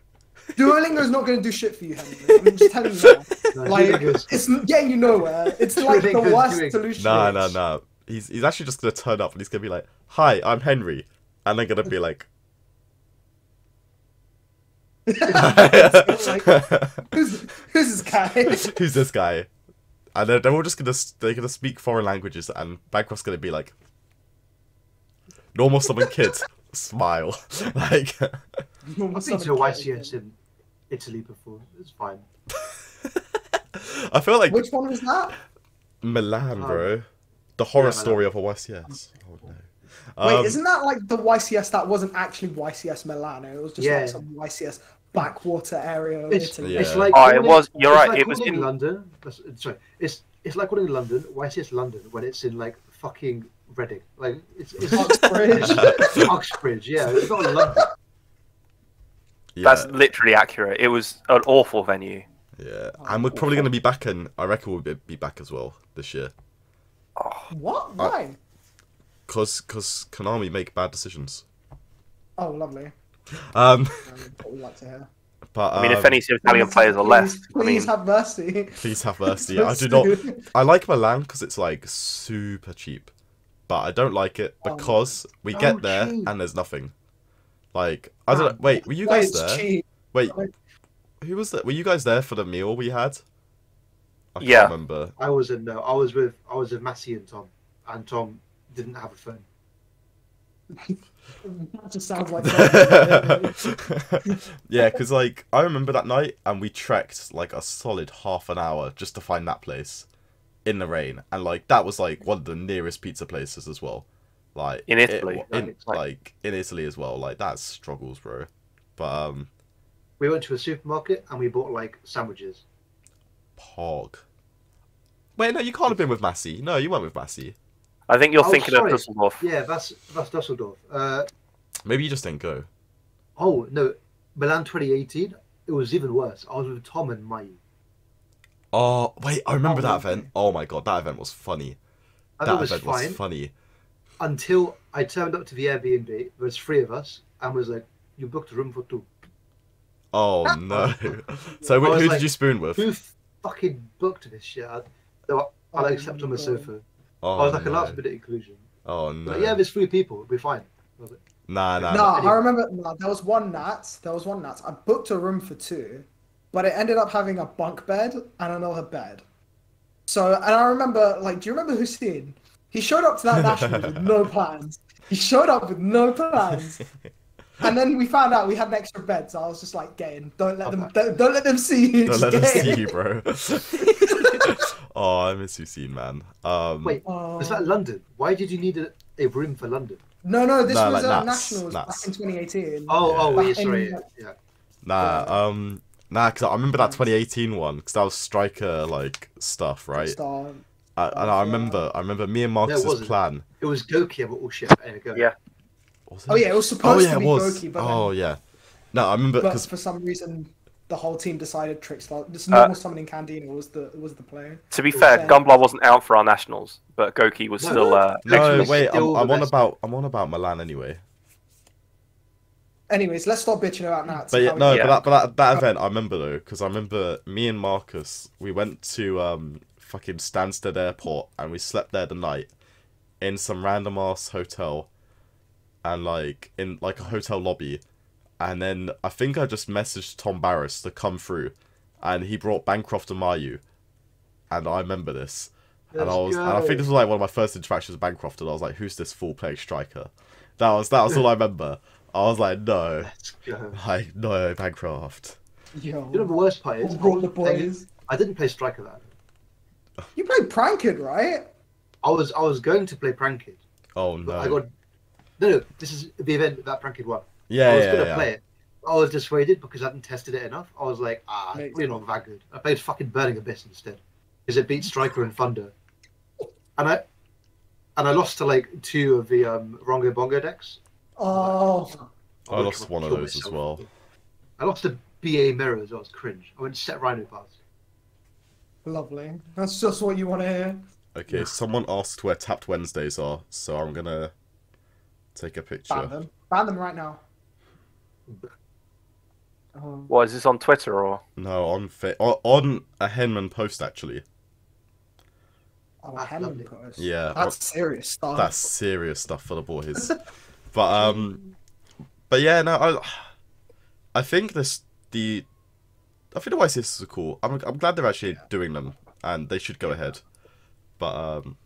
[SPEAKER 2] Duolingo's not gonna do shit for you, Henry. I'm just telling you.
[SPEAKER 3] No,
[SPEAKER 2] Now. Like
[SPEAKER 3] Duolingo's-
[SPEAKER 2] it's getting you nowhere. It's like the
[SPEAKER 3] Duolingo's
[SPEAKER 2] worst
[SPEAKER 3] doing-
[SPEAKER 2] solution.
[SPEAKER 1] No, no, no. He's he's actually just gonna turn up and he's gonna be like, "Hi, I'm Henry," and they're gonna be like,
[SPEAKER 2] Who's who's this guy?
[SPEAKER 1] "Who's this guy?" And they're, they're all just gonna s- they're gonna speak foreign languages, and Bancroft's gonna be like, "Normal summon kid, smile." like,
[SPEAKER 3] I've been to a YCS in Italy before. It's fine.
[SPEAKER 1] I feel like
[SPEAKER 2] Which one was that?
[SPEAKER 1] Milan,
[SPEAKER 3] Um,
[SPEAKER 1] bro. The horror
[SPEAKER 3] yeah, Milan.
[SPEAKER 1] story of a YCS. Oh no.
[SPEAKER 2] Wait,
[SPEAKER 1] Um,
[SPEAKER 2] isn't that like the YCS that wasn't actually YCS Milano? It was just
[SPEAKER 3] Yeah.
[SPEAKER 2] like some YCS backwater area of
[SPEAKER 3] It's,
[SPEAKER 2] Italy.
[SPEAKER 1] Yeah.
[SPEAKER 3] it's like
[SPEAKER 4] Oh, it
[SPEAKER 3] calling-
[SPEAKER 4] was- you're
[SPEAKER 3] it's
[SPEAKER 4] right,
[SPEAKER 3] like
[SPEAKER 4] it was
[SPEAKER 3] calling
[SPEAKER 4] in-
[SPEAKER 3] London. That's, sorry, it's it's like calling London YCS London when it's in like fucking Reading. Like it's, it's
[SPEAKER 2] Oxbridge.
[SPEAKER 3] Oxbridge. Yeah, it's not London.
[SPEAKER 1] yeah,
[SPEAKER 4] That's literally accurate. It was an awful venue.
[SPEAKER 1] yeah. And we're probably gonna be back in. I reckon we'll be- be back as well this year. Uh,
[SPEAKER 2] What? Why?
[SPEAKER 1] Cause, cause Konami make bad decisions.
[SPEAKER 2] Oh, lovely.
[SPEAKER 1] Um,
[SPEAKER 2] Um, what we like to hear.
[SPEAKER 1] but
[SPEAKER 4] I mean, if
[SPEAKER 1] um,
[SPEAKER 4] any Italian players are left,
[SPEAKER 2] Please,
[SPEAKER 4] I mean,
[SPEAKER 2] please have mercy.
[SPEAKER 1] please have mercy. I do not. I like Milan because it's like super cheap, but I don't like it
[SPEAKER 2] Oh,
[SPEAKER 1] because we
[SPEAKER 3] so
[SPEAKER 1] get there
[SPEAKER 3] cheap.
[SPEAKER 1] and there's nothing. Like I don't. know. Wait, were you
[SPEAKER 2] Why
[SPEAKER 1] guys
[SPEAKER 2] it's
[SPEAKER 1] there?
[SPEAKER 2] cheap.
[SPEAKER 1] Wait, who was that? Were you guys there for the meal we had? I
[SPEAKER 4] Yeah.
[SPEAKER 1] can't remember.
[SPEAKER 3] I was in no. I was with I was with Massey and Tom, and Tom didn't have a phone.
[SPEAKER 2] That just sounds like.
[SPEAKER 1] yeah, because like I remember that night, and we trekked like a solid half an hour just to find that place in the rain, and like that was like one of the nearest pizza places as well, like
[SPEAKER 4] In
[SPEAKER 1] it
[SPEAKER 4] Italy,
[SPEAKER 1] wa-
[SPEAKER 4] right?
[SPEAKER 1] in,
[SPEAKER 4] It's like-
[SPEAKER 1] like in Italy as well. Like that's struggles, bro. But um,
[SPEAKER 3] We went to a supermarket and we bought like sandwiches.
[SPEAKER 1] Pog. Wait, no, you can't have been with Massey. No, you weren't with Massey.
[SPEAKER 4] I think you're
[SPEAKER 3] Oh,
[SPEAKER 4] thinking
[SPEAKER 3] sorry.
[SPEAKER 4] of Dusseldorf.
[SPEAKER 3] Yeah, that's that's Dusseldorf. Uh,
[SPEAKER 1] Maybe you just didn't go.
[SPEAKER 3] oh no, Milan 2018. It was even worse. I was with Tom and Mai.
[SPEAKER 1] Oh wait, I remember
[SPEAKER 2] Oh,
[SPEAKER 1] that
[SPEAKER 2] lovely.
[SPEAKER 1] event. Oh my god, that event was funny.
[SPEAKER 3] And
[SPEAKER 1] that
[SPEAKER 3] it was
[SPEAKER 1] event
[SPEAKER 3] fine.
[SPEAKER 1] was funny.
[SPEAKER 3] until I turned up to the Airbnb. There was three of us, and was like, "You booked a room for two.
[SPEAKER 1] Oh no. so
[SPEAKER 3] I
[SPEAKER 1] wh-
[SPEAKER 3] was
[SPEAKER 1] who
[SPEAKER 3] like,
[SPEAKER 1] did you spoon with?
[SPEAKER 3] Who fucking booked this shit?" I, so I, I like slept on the sofa.
[SPEAKER 1] Oh,
[SPEAKER 3] I was like
[SPEAKER 1] no.
[SPEAKER 3] a last minute inclusion.
[SPEAKER 1] Oh no.
[SPEAKER 3] Like, yeah, there's three people. It'll be fine. I was like,
[SPEAKER 1] Nah, nah.
[SPEAKER 2] No,
[SPEAKER 1] nah.
[SPEAKER 2] I remember no, there was one Nats. There was one Nats. I booked a room for two, but it ended up having a bunk bed and another bed. So, and I remember, like, do you remember Hussein? He showed up to that national with no plans. He showed up with no plans. And then we found out we had an extra bed, so I was just like, "Gain, don't let them, don't, don't let them see you."
[SPEAKER 1] Oh Don't let
[SPEAKER 2] just
[SPEAKER 1] them
[SPEAKER 2] get
[SPEAKER 1] see
[SPEAKER 2] in."
[SPEAKER 1] you, bro. oh, I miss you, scene man. Um,
[SPEAKER 3] Wait,
[SPEAKER 2] Oh.
[SPEAKER 3] was that London? Why did you need a, a room for London?
[SPEAKER 2] No, no, this
[SPEAKER 1] No, like
[SPEAKER 2] was uh,
[SPEAKER 1] Nats,
[SPEAKER 2] nationals
[SPEAKER 1] Nats.
[SPEAKER 2] back in 2018.
[SPEAKER 3] Oh,
[SPEAKER 1] Yeah.
[SPEAKER 3] oh, yeah,
[SPEAKER 2] Back in-
[SPEAKER 3] sorry, yeah, yeah.
[SPEAKER 1] nah, um, nah, because I remember that 2018 one because that was striker like stuff, right?
[SPEAKER 2] Star.
[SPEAKER 1] I, and I remember, I remember me and Marcus's
[SPEAKER 3] wasn't.
[SPEAKER 1] plan.
[SPEAKER 3] It was Gokia, but all shit. Anyway, go.
[SPEAKER 4] Yeah.
[SPEAKER 1] Was
[SPEAKER 2] Oh
[SPEAKER 1] it?
[SPEAKER 2] yeah, it was
[SPEAKER 1] Oh
[SPEAKER 2] supposed
[SPEAKER 1] yeah,
[SPEAKER 2] to
[SPEAKER 1] it
[SPEAKER 2] be
[SPEAKER 1] was.
[SPEAKER 2] Goki, but then
[SPEAKER 1] oh yeah. No, I remember
[SPEAKER 2] but
[SPEAKER 1] because
[SPEAKER 2] for some reason the whole team decided Trickstar just
[SPEAKER 3] Uh,
[SPEAKER 2] normal summoning Candino was the was the play.
[SPEAKER 4] To be fair,
[SPEAKER 2] Yeah.
[SPEAKER 4] Gumbler wasn't out for our nationals, but Goki was
[SPEAKER 3] No.
[SPEAKER 4] still. Uh,
[SPEAKER 1] no,
[SPEAKER 3] Actually,
[SPEAKER 1] wait, I'm,
[SPEAKER 3] still the
[SPEAKER 1] I'm on
[SPEAKER 3] best.
[SPEAKER 1] about, I'm on about Milan anyway.
[SPEAKER 2] Anyways, let's stop bitching about Nats.
[SPEAKER 1] But yeah,
[SPEAKER 2] How
[SPEAKER 1] no,
[SPEAKER 2] we-
[SPEAKER 4] Yeah.
[SPEAKER 1] but that, but that, that event I remember though, because I remember me and Marcus, we went to um fucking Stansted Airport and we slept there the night in some random ass hotel, and like in like a hotel lobby, and then I think I just messaged Tom Barris to come through, and he brought Bancroft and Mayu, and I remember this. and I
[SPEAKER 3] Let's
[SPEAKER 1] was, and I think
[SPEAKER 3] go.
[SPEAKER 1] this was like one of my first interactions with Bancroft, and I was like, "Who's this full-playing striker?" That was that was all I remember. I was like, "No,
[SPEAKER 3] Let's go.
[SPEAKER 1] like, no, Bancroft.
[SPEAKER 2] Yo,
[SPEAKER 3] You know the worst part is
[SPEAKER 2] who brought the
[SPEAKER 3] I didn't-
[SPEAKER 2] boys.
[SPEAKER 3] I didn't play striker that.
[SPEAKER 2] You played Pranked, right?
[SPEAKER 3] I was I was going to play Prankid,
[SPEAKER 1] Oh no.
[SPEAKER 3] but I got no no. This is the event that Prankid won.
[SPEAKER 1] yeah,
[SPEAKER 3] I was
[SPEAKER 1] yeah,
[SPEAKER 3] gonna
[SPEAKER 1] yeah.
[SPEAKER 3] play it, I was dissuaded because I hadn't tested it enough. I was like, ah,
[SPEAKER 2] Makes
[SPEAKER 3] we're not that good. I played fucking Burning Abyss instead because it beat Striker and Thunder, and I and I lost to like two of the um, Rongo Bongo decks.
[SPEAKER 2] Oh,
[SPEAKER 1] I
[SPEAKER 3] would
[SPEAKER 1] lost
[SPEAKER 3] kill
[SPEAKER 1] one of those as
[SPEAKER 3] myself.
[SPEAKER 1] well.
[SPEAKER 3] I lost to BA Mirror as well. It's cringe. I went set Rhino pass.
[SPEAKER 2] lovely. That's just what you want to hear.
[SPEAKER 1] Okay, someone asked where Tapped Wednesdays are, so I'm gonna take a
[SPEAKER 2] Ban
[SPEAKER 1] picture.
[SPEAKER 2] them. Ban them right now. Oh,
[SPEAKER 4] What is this on Twitter or?
[SPEAKER 1] No, on fa- o- on a Henman post actually.
[SPEAKER 2] oh
[SPEAKER 3] That's
[SPEAKER 2] Helen
[SPEAKER 3] lovely.
[SPEAKER 2] put us.
[SPEAKER 1] Yeah, on-
[SPEAKER 2] That's serious
[SPEAKER 3] Ah.
[SPEAKER 2] stuff.
[SPEAKER 1] that's serious stuff for the boys. but um, but yeah, no, I, I think this the, I think the YCS is cool. I'm I'm glad they're actually doing them, and they should go ahead. But um,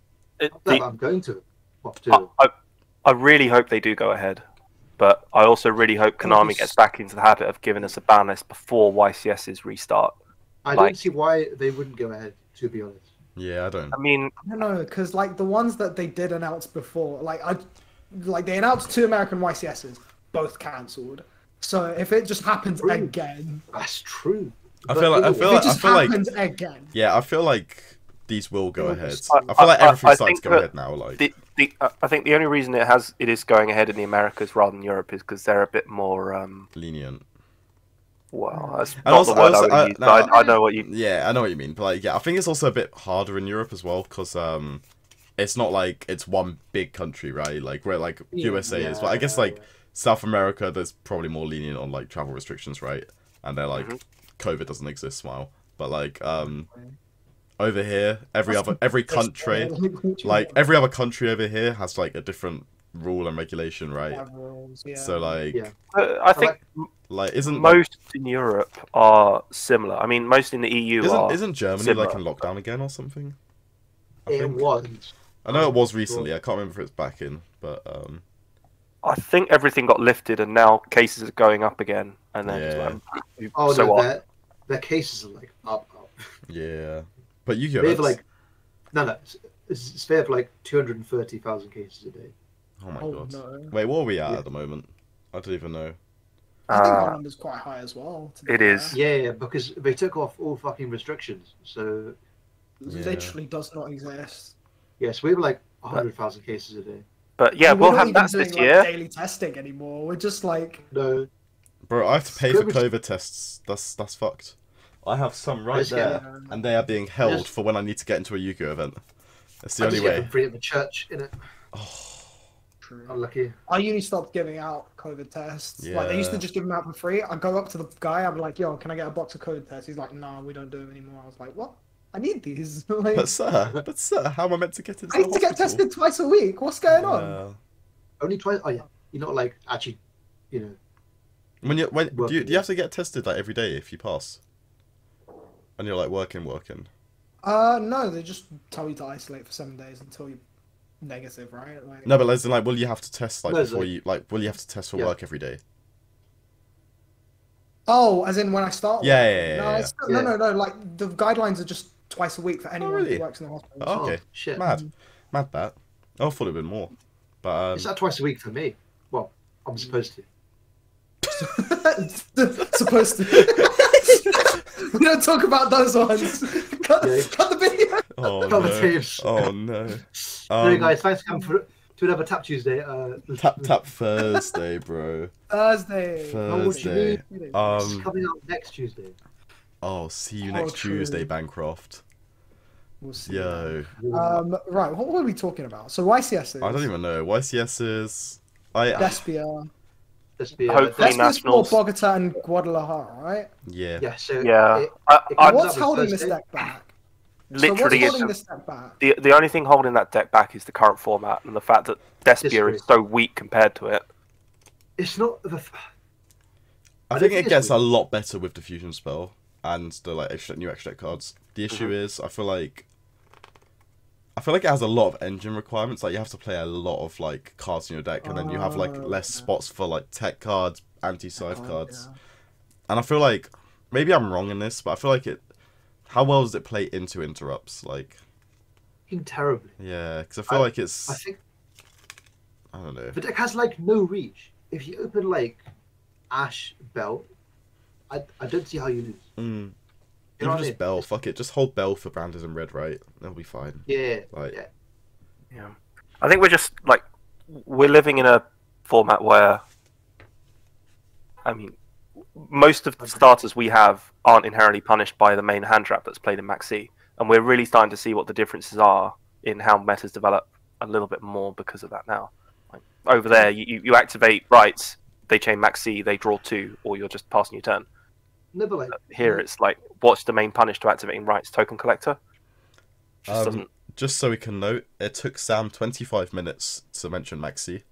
[SPEAKER 4] It,
[SPEAKER 3] No,
[SPEAKER 4] the-
[SPEAKER 3] but I'm going to. What to?
[SPEAKER 4] I,
[SPEAKER 1] Oh,
[SPEAKER 4] I, I really hope they do go ahead, but I also really hope Konami
[SPEAKER 2] Nice.
[SPEAKER 4] gets back into the habit of giving us a ban list before YCS's restart.
[SPEAKER 3] I
[SPEAKER 4] like-
[SPEAKER 3] don't see why they wouldn't go ahead. To be honest,
[SPEAKER 1] yeah, I don't.
[SPEAKER 4] I mean,
[SPEAKER 2] No, no, because like the ones that they did announce before, like I, like they announced two American YCSs, both cancelled. So if it just happens
[SPEAKER 3] Ooh.
[SPEAKER 2] again,
[SPEAKER 3] that's true.
[SPEAKER 1] I feel like- I
[SPEAKER 3] But-
[SPEAKER 1] feel
[SPEAKER 2] if
[SPEAKER 1] like-
[SPEAKER 2] it just
[SPEAKER 1] feel like-
[SPEAKER 2] happens again,
[SPEAKER 1] Yeah, I feel like these will go
[SPEAKER 2] Yeah,
[SPEAKER 1] ahead.
[SPEAKER 2] just-
[SPEAKER 1] I, feel like
[SPEAKER 4] I- I-
[SPEAKER 1] everything's
[SPEAKER 4] I
[SPEAKER 1] starting to
[SPEAKER 4] think
[SPEAKER 1] go
[SPEAKER 4] that
[SPEAKER 1] ahead now. Like,
[SPEAKER 4] the, the uh, I think the only reason it has it is going ahead in the Americas rather than Europe is because they're a bit more um,
[SPEAKER 1] lenient.
[SPEAKER 4] well. That's not
[SPEAKER 1] also-
[SPEAKER 4] the word
[SPEAKER 1] also,
[SPEAKER 4] I would
[SPEAKER 1] uh,
[SPEAKER 4] use,
[SPEAKER 1] no,
[SPEAKER 4] but I,
[SPEAKER 1] I-
[SPEAKER 4] I know what you.
[SPEAKER 1] Yeah, I know what you mean, but like, yeah, I think it's also a bit harder in Europe as well because um, it's not like it's one big country, right? Like where like
[SPEAKER 3] Yeah.
[SPEAKER 1] USA is, but I guess like South America, there's probably more lenient on like travel restrictions, right? And they're like,
[SPEAKER 4] Mhm.
[SPEAKER 1] COVID doesn't exist, smile. But like um, over here, every other every
[SPEAKER 2] Just-
[SPEAKER 1] country,
[SPEAKER 2] like,
[SPEAKER 1] like every other country over here has like a different rule and regulation, right?
[SPEAKER 2] have rules, yeah.
[SPEAKER 1] So like,
[SPEAKER 3] Yeah.
[SPEAKER 4] Uh, I think
[SPEAKER 1] like isn't like,
[SPEAKER 4] most in Europe are similar. I mean, most in the EU
[SPEAKER 1] Isn't,
[SPEAKER 4] are.
[SPEAKER 1] isn't Germany like in
[SPEAKER 4] similar.
[SPEAKER 1] lockdown again or something? I,
[SPEAKER 3] It
[SPEAKER 1] think.
[SPEAKER 3] was.
[SPEAKER 1] I know it was recently. I can't remember if it's back in, but um,
[SPEAKER 4] I think everything got lifted, and now cases are going up again. And then
[SPEAKER 1] Yeah.
[SPEAKER 4] um,
[SPEAKER 3] Oh
[SPEAKER 4] so
[SPEAKER 3] no,
[SPEAKER 4] what?
[SPEAKER 3] their, their cases are like up, up.
[SPEAKER 1] yeah. But you
[SPEAKER 3] they
[SPEAKER 1] go.
[SPEAKER 3] have like no, no. it's- It's, they have like two hundred and thirty thousand cases a day.
[SPEAKER 1] oh my
[SPEAKER 2] oh
[SPEAKER 1] god.
[SPEAKER 2] no,
[SPEAKER 1] Wait, what are we at
[SPEAKER 3] Yeah.
[SPEAKER 1] at the moment? I don't even know.
[SPEAKER 2] I think our
[SPEAKER 4] Uh,
[SPEAKER 2] number's quite high as well. to be
[SPEAKER 4] it
[SPEAKER 2] fair.
[SPEAKER 4] is.
[SPEAKER 3] Yeah, yeah, because they took off all fucking restrictions. So
[SPEAKER 1] Yeah.
[SPEAKER 2] literally does not exist.
[SPEAKER 3] yes, we were like hundred thousand cases a day.
[SPEAKER 4] but yeah,
[SPEAKER 2] And
[SPEAKER 4] we'll
[SPEAKER 2] we're not
[SPEAKER 4] have
[SPEAKER 2] even
[SPEAKER 4] that this
[SPEAKER 2] doing,
[SPEAKER 4] year.
[SPEAKER 2] Like, daily testing anymore. We're just like
[SPEAKER 3] No,
[SPEAKER 1] Bro, I have to pay for
[SPEAKER 3] Scrimmage-
[SPEAKER 1] COVID tests. That's that's fucked. I have some right
[SPEAKER 3] just
[SPEAKER 1] there,
[SPEAKER 3] get-
[SPEAKER 2] um,
[SPEAKER 1] and they are being held
[SPEAKER 3] just-
[SPEAKER 1] for when I need to get into a Yu-Gi-Oh event. That's the
[SPEAKER 3] I
[SPEAKER 1] only
[SPEAKER 3] just get
[SPEAKER 1] way.
[SPEAKER 3] them free at the church. In it,
[SPEAKER 2] true.
[SPEAKER 3] unlucky.
[SPEAKER 2] Our uni stopped giving out COVID tests. Like they used to
[SPEAKER 1] Yeah.
[SPEAKER 2] just give them out for free. I go up to the guy. I'm like, "Yo, can I get a box of COVID tests?" He's like, "No, we don't do them anymore." I was like, "What? I need these. like,
[SPEAKER 1] But sir, but sir, how am I meant to get into?
[SPEAKER 2] I need to
[SPEAKER 1] the
[SPEAKER 2] get
[SPEAKER 1] hospital?
[SPEAKER 2] tested twice a week. What's going on?"
[SPEAKER 1] Yeah.
[SPEAKER 3] Only twice. Oh yeah, you're not like actually, you know.
[SPEAKER 1] When you when do you,
[SPEAKER 3] Working.
[SPEAKER 1] do you have to get tested like every day if you pass? And you're like working, working.
[SPEAKER 2] Uh, no, they just tell you to isolate for seven days until you're negative, right? Like,
[SPEAKER 1] No, but as in, like, will you have to test like
[SPEAKER 3] No, it's
[SPEAKER 1] before
[SPEAKER 3] like-
[SPEAKER 1] you like will you have to test for
[SPEAKER 3] Yeah.
[SPEAKER 1] work every day?
[SPEAKER 2] Oh, as in when I start?
[SPEAKER 1] Yeah,
[SPEAKER 2] working.
[SPEAKER 1] yeah, yeah,
[SPEAKER 2] no,
[SPEAKER 1] yeah,
[SPEAKER 2] I
[SPEAKER 1] yeah. Oh,
[SPEAKER 2] still- no, no,
[SPEAKER 3] Yeah.
[SPEAKER 2] no. Like the guidelines are just twice a week for anyone
[SPEAKER 1] really?
[SPEAKER 2] who works in the hospital.
[SPEAKER 1] Oh, Okay,
[SPEAKER 3] shit.
[SPEAKER 1] Mad, mad that. I thought it'd been more, but
[SPEAKER 3] It's
[SPEAKER 1] um,
[SPEAKER 3] not twice a week for me. Well, I'm
[SPEAKER 1] Mm.
[SPEAKER 3] supposed to.
[SPEAKER 2] Supposed to. we don't talk about those ones. Cut,
[SPEAKER 3] Yeah.
[SPEAKER 2] cut the video.
[SPEAKER 1] oh
[SPEAKER 3] Tell the
[SPEAKER 1] no,
[SPEAKER 3] teams.
[SPEAKER 1] oh no.
[SPEAKER 3] Anyway,
[SPEAKER 1] Um,
[SPEAKER 3] guys, thanks for coming for, to another Tap Tuesday. Uh,
[SPEAKER 1] tap tap Thursday, bro.
[SPEAKER 2] Thursday.
[SPEAKER 1] Oh, what you Thursday.
[SPEAKER 3] it's
[SPEAKER 1] Um,
[SPEAKER 3] coming out next Tuesday.
[SPEAKER 1] oh, see you
[SPEAKER 2] Oh,
[SPEAKER 1] next
[SPEAKER 2] true.
[SPEAKER 1] Tuesday, Bancroft.
[SPEAKER 2] We'll see.
[SPEAKER 1] Yo, uh,
[SPEAKER 2] Um, right, what were we talking about? So YCS is
[SPEAKER 1] Oh, I don't even know. YCS's. I
[SPEAKER 2] Despia.
[SPEAKER 3] Let's be,
[SPEAKER 4] Hopefully- Three
[SPEAKER 2] Despia's for
[SPEAKER 4] nationals.
[SPEAKER 2] Bogota and Guadalajara, right?
[SPEAKER 1] yeah.
[SPEAKER 3] yeah. So
[SPEAKER 4] Yeah.
[SPEAKER 3] it-
[SPEAKER 4] I,
[SPEAKER 3] it
[SPEAKER 4] I,
[SPEAKER 3] comes
[SPEAKER 2] What's
[SPEAKER 3] up with
[SPEAKER 2] holding this
[SPEAKER 3] Uh, Thursday.
[SPEAKER 2] deck back? so what's
[SPEAKER 4] literally, it's
[SPEAKER 2] holding this deck back?
[SPEAKER 4] the the only thing holding that deck back is the current format and the fact that Despia
[SPEAKER 3] Disagree.
[SPEAKER 4] is so weak compared to it.
[SPEAKER 3] It's not the. f-
[SPEAKER 1] I
[SPEAKER 3] I
[SPEAKER 1] think
[SPEAKER 3] don't think
[SPEAKER 1] it
[SPEAKER 3] it's
[SPEAKER 1] gets a
[SPEAKER 3] weak.
[SPEAKER 1] lot better with the fusion spell and the like extra new extra cards. The issue is, I feel like, I feel like it has a lot of engine requirements. Like you have to play a lot of like cards in your deck, and then you have like
[SPEAKER 2] Oh,
[SPEAKER 1] less
[SPEAKER 2] yeah.
[SPEAKER 1] spots for like tech cards, anti scythe
[SPEAKER 2] Oh,
[SPEAKER 1] cards,
[SPEAKER 2] yeah.
[SPEAKER 1] and I feel like maybe I'm wrong in this, but I feel like it. How well does it play into interrupts? Like,
[SPEAKER 3] fucking terribly.
[SPEAKER 1] yeah, because I feel like it's
[SPEAKER 3] I think
[SPEAKER 1] I don't know.
[SPEAKER 3] the deck has like no reach. If you open like Ash, Bell. I, I don't see how you lose.
[SPEAKER 1] Mm.
[SPEAKER 3] You know
[SPEAKER 1] Even
[SPEAKER 3] what I
[SPEAKER 1] just
[SPEAKER 3] mean?
[SPEAKER 1] Bell, fuck it, just hold Bell for Brandon and Red, right? That'll be fine.
[SPEAKER 3] Yeah,
[SPEAKER 1] Like,
[SPEAKER 3] Yeah.
[SPEAKER 4] Yeah, I think we're just like we're living in a format where, I mean, most of the starters we have aren't inherently punished by the main hand trap that's played in Maxi, and we're really starting to see what the differences are in how metas develop a little bit more because of that now. Like, over there, you, you- you activate rights, they chain Maxi, they draw two, or you're just passing your turn.
[SPEAKER 3] no, but like
[SPEAKER 4] Here, it's like what's the main punish to activating rights? Token collector. Just
[SPEAKER 1] Um,
[SPEAKER 4] doesn't.
[SPEAKER 1] just so we can note, it took Sam 25 minutes to mention Maxi.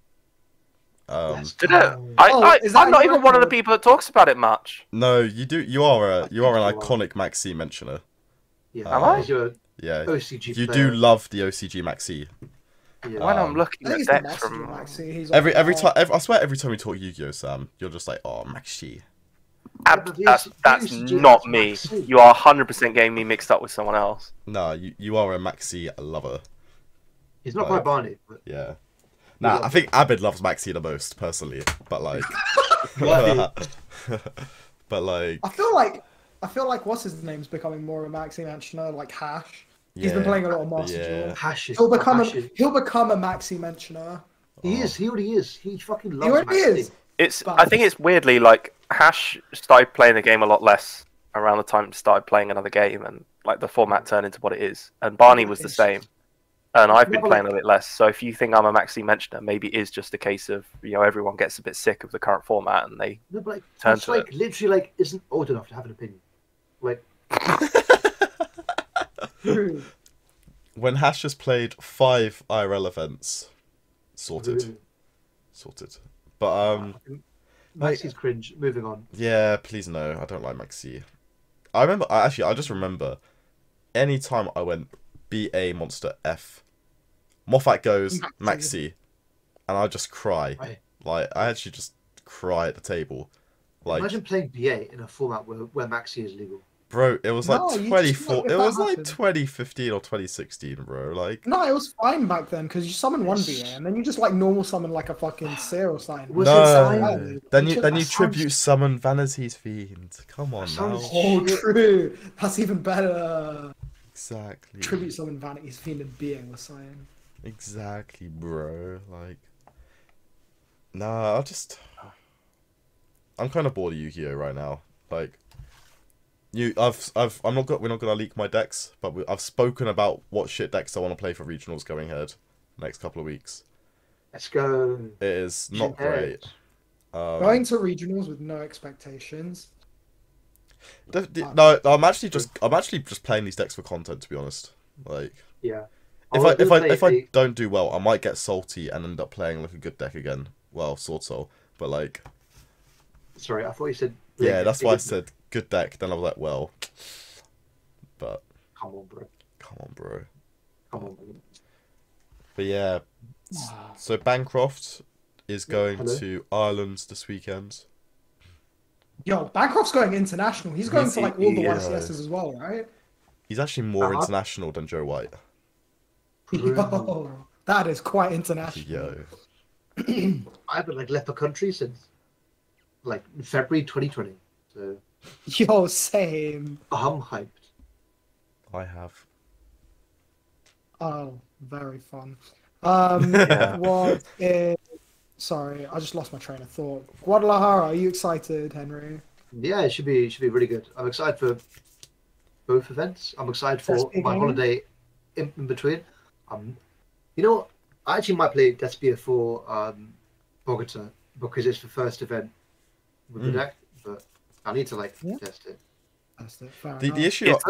[SPEAKER 1] Um,
[SPEAKER 3] yes.
[SPEAKER 4] Did it? I,
[SPEAKER 2] Oh,
[SPEAKER 4] I,
[SPEAKER 2] is that
[SPEAKER 4] I'm not
[SPEAKER 2] your
[SPEAKER 4] even one of the
[SPEAKER 2] record?
[SPEAKER 4] people that talks about it much.
[SPEAKER 1] No, you do. You are a you are an
[SPEAKER 3] Wow.
[SPEAKER 1] iconic Maxi mentioner.
[SPEAKER 3] yeah.
[SPEAKER 1] Am I?
[SPEAKER 3] because You're an
[SPEAKER 1] Yeah,
[SPEAKER 3] OCG
[SPEAKER 1] you do
[SPEAKER 3] player.
[SPEAKER 1] love the OCG Maxi.
[SPEAKER 3] yeah. uh,
[SPEAKER 4] When I'm
[SPEAKER 1] Um,
[SPEAKER 4] looking
[SPEAKER 2] I think
[SPEAKER 4] at
[SPEAKER 2] it's the
[SPEAKER 4] decks
[SPEAKER 2] message
[SPEAKER 4] from
[SPEAKER 2] from Maxi. He's
[SPEAKER 1] Every
[SPEAKER 2] like,
[SPEAKER 1] every
[SPEAKER 2] oh,
[SPEAKER 1] time, every, I swear, every time we talk Yu-Gi-Oh, Sam, you're just like, oh Maxi.
[SPEAKER 4] Ab-
[SPEAKER 3] Yeah,
[SPEAKER 4] that's,
[SPEAKER 3] but
[SPEAKER 4] that's
[SPEAKER 3] these- these
[SPEAKER 4] not
[SPEAKER 3] are
[SPEAKER 4] me.
[SPEAKER 3] Maxi.
[SPEAKER 4] You are 100% getting me mixed up with someone else.
[SPEAKER 1] Nah, you, you are a Maxi lover.
[SPEAKER 3] He's not quite Barney, but
[SPEAKER 1] Yeah. Nah, I think Abid loves Maxi the most personally, but like,
[SPEAKER 3] Yeah.
[SPEAKER 1] but like,
[SPEAKER 2] I feel like I feel like what's his name's becoming more of a Maxi mentioner, like Hash. He's
[SPEAKER 1] Yeah.
[SPEAKER 2] been playing a lot of Master
[SPEAKER 1] Yeah.
[SPEAKER 2] Duel.
[SPEAKER 3] Hash is.
[SPEAKER 2] He'll become a,
[SPEAKER 3] Hash is-
[SPEAKER 2] he'll become a Maxi mentioner.
[SPEAKER 1] Oh.
[SPEAKER 3] He is. He already is. He fucking loves.
[SPEAKER 2] He already
[SPEAKER 3] Maxi.
[SPEAKER 2] is.
[SPEAKER 4] It's.
[SPEAKER 2] But-
[SPEAKER 4] I think it's weirdly like Hash started playing the game a lot less around the time he started playing another game, and like the format turned into what it is. And Barney was the
[SPEAKER 2] It's-
[SPEAKER 4] same, and I've been
[SPEAKER 3] No, but
[SPEAKER 4] playing a bit less. So if you think I'm a Maxi mentioner, maybe it is just a case of you know everyone gets a bit sick of the current format and they
[SPEAKER 3] No, but like,
[SPEAKER 4] Turn
[SPEAKER 3] it's
[SPEAKER 4] to
[SPEAKER 3] like literally like isn't old enough to have an opinion. Like
[SPEAKER 2] True.
[SPEAKER 1] when Hash has played five IRL events, sorted,
[SPEAKER 3] moving-
[SPEAKER 1] sorted. But um,
[SPEAKER 3] Maxi's cringe. Moving on.
[SPEAKER 1] Yeah, please no. I don't like Maxi. I remember. I actually. I just remember. Any time I went, B A monster F, Moffat goes Maxi, and I just cry.
[SPEAKER 3] Right.
[SPEAKER 1] Like I actually just cry at the table. Like
[SPEAKER 3] Imagine playing BA in a format where, where Maxi is legal.
[SPEAKER 1] bro, it was like
[SPEAKER 2] No, you just
[SPEAKER 1] twenty
[SPEAKER 2] know
[SPEAKER 1] four.
[SPEAKER 2] if
[SPEAKER 1] It
[SPEAKER 2] that
[SPEAKER 1] was like
[SPEAKER 2] happened.
[SPEAKER 1] twenty fifteen or twenty sixteen, bro. Like
[SPEAKER 2] No, it was fine back then because you summon one VA and then you just like normal summon like a fucking Seer or something.
[SPEAKER 3] Was it
[SPEAKER 1] no.
[SPEAKER 3] Zion?
[SPEAKER 1] Then
[SPEAKER 2] It
[SPEAKER 1] you
[SPEAKER 2] just-
[SPEAKER 1] then
[SPEAKER 2] that
[SPEAKER 1] you
[SPEAKER 2] sounds-
[SPEAKER 1] tribute summon Vanity's fiend. Come on now.
[SPEAKER 3] sounds-
[SPEAKER 2] Oh, true. That's even better.
[SPEAKER 1] Exactly.
[SPEAKER 2] Tribute summon Vanity's Fiend and Being was saying.
[SPEAKER 1] Exactly, bro. Like, nah, I just, I'm kind of bored of Yu-Gi-Oh right now. Like, you, I've, I've, I'm not got, we're not gonna leak my decks, but we, I've spoken about what shit decks I want to play for regionals going ahead next couple of weeks.
[SPEAKER 3] Let's go.
[SPEAKER 1] It is not great. Um,
[SPEAKER 2] Going to regionals with no expectations.
[SPEAKER 1] the- the- no, I'm actually just, I'm actually just playing these decks for content, to be honest. Like,
[SPEAKER 3] Yeah. Oh,
[SPEAKER 1] if
[SPEAKER 3] was
[SPEAKER 1] I if
[SPEAKER 3] gonna
[SPEAKER 1] I
[SPEAKER 3] say,
[SPEAKER 1] if I
[SPEAKER 3] they-
[SPEAKER 1] don't do well, I might get salty and end up playing like a good deck again. Well, sort of, but like.
[SPEAKER 3] sorry, I thought you said.
[SPEAKER 1] Yeah,
[SPEAKER 3] Blake.
[SPEAKER 1] that's why I said good deck. Then I was like, well, but
[SPEAKER 3] Come on, bro.
[SPEAKER 1] come on, bro.
[SPEAKER 3] Come on. Bro.
[SPEAKER 1] But yeah, s- so Bancroft is going
[SPEAKER 3] hello.
[SPEAKER 1] to Ireland this weekend.
[SPEAKER 2] Yo, Bancroft's going international. He's going
[SPEAKER 1] He's-
[SPEAKER 2] to like all the
[SPEAKER 1] yeah.
[SPEAKER 2] YCSs as well, right?
[SPEAKER 1] He's actually more
[SPEAKER 3] Uh-huh.
[SPEAKER 1] international than Joe White.
[SPEAKER 3] Brutal.
[SPEAKER 2] Yo, that is quite international.
[SPEAKER 1] Yo,
[SPEAKER 3] I haven't like left the country since like February 2020. So
[SPEAKER 2] Yo, same.
[SPEAKER 3] I'm hyped.
[SPEAKER 1] I have.
[SPEAKER 2] Oh, very fun. Um,
[SPEAKER 1] Yeah.
[SPEAKER 2] what is... Sorry, I just lost my train of thought. Guadalajara, are you excited, Henry?
[SPEAKER 3] Yeah, it should be it should be really good. I'm excited for both events. I'm excited for
[SPEAKER 2] Despy
[SPEAKER 3] my
[SPEAKER 2] game?
[SPEAKER 3] holiday in, in between. Um, you know, what? I actually might play Despia for um, Bogota because it's the first event with the
[SPEAKER 1] Mm.
[SPEAKER 3] deck, but I need to like
[SPEAKER 2] Yeah.
[SPEAKER 3] test it.
[SPEAKER 2] That's it. Fair
[SPEAKER 1] The,
[SPEAKER 2] enough.
[SPEAKER 1] the issue.
[SPEAKER 4] It's-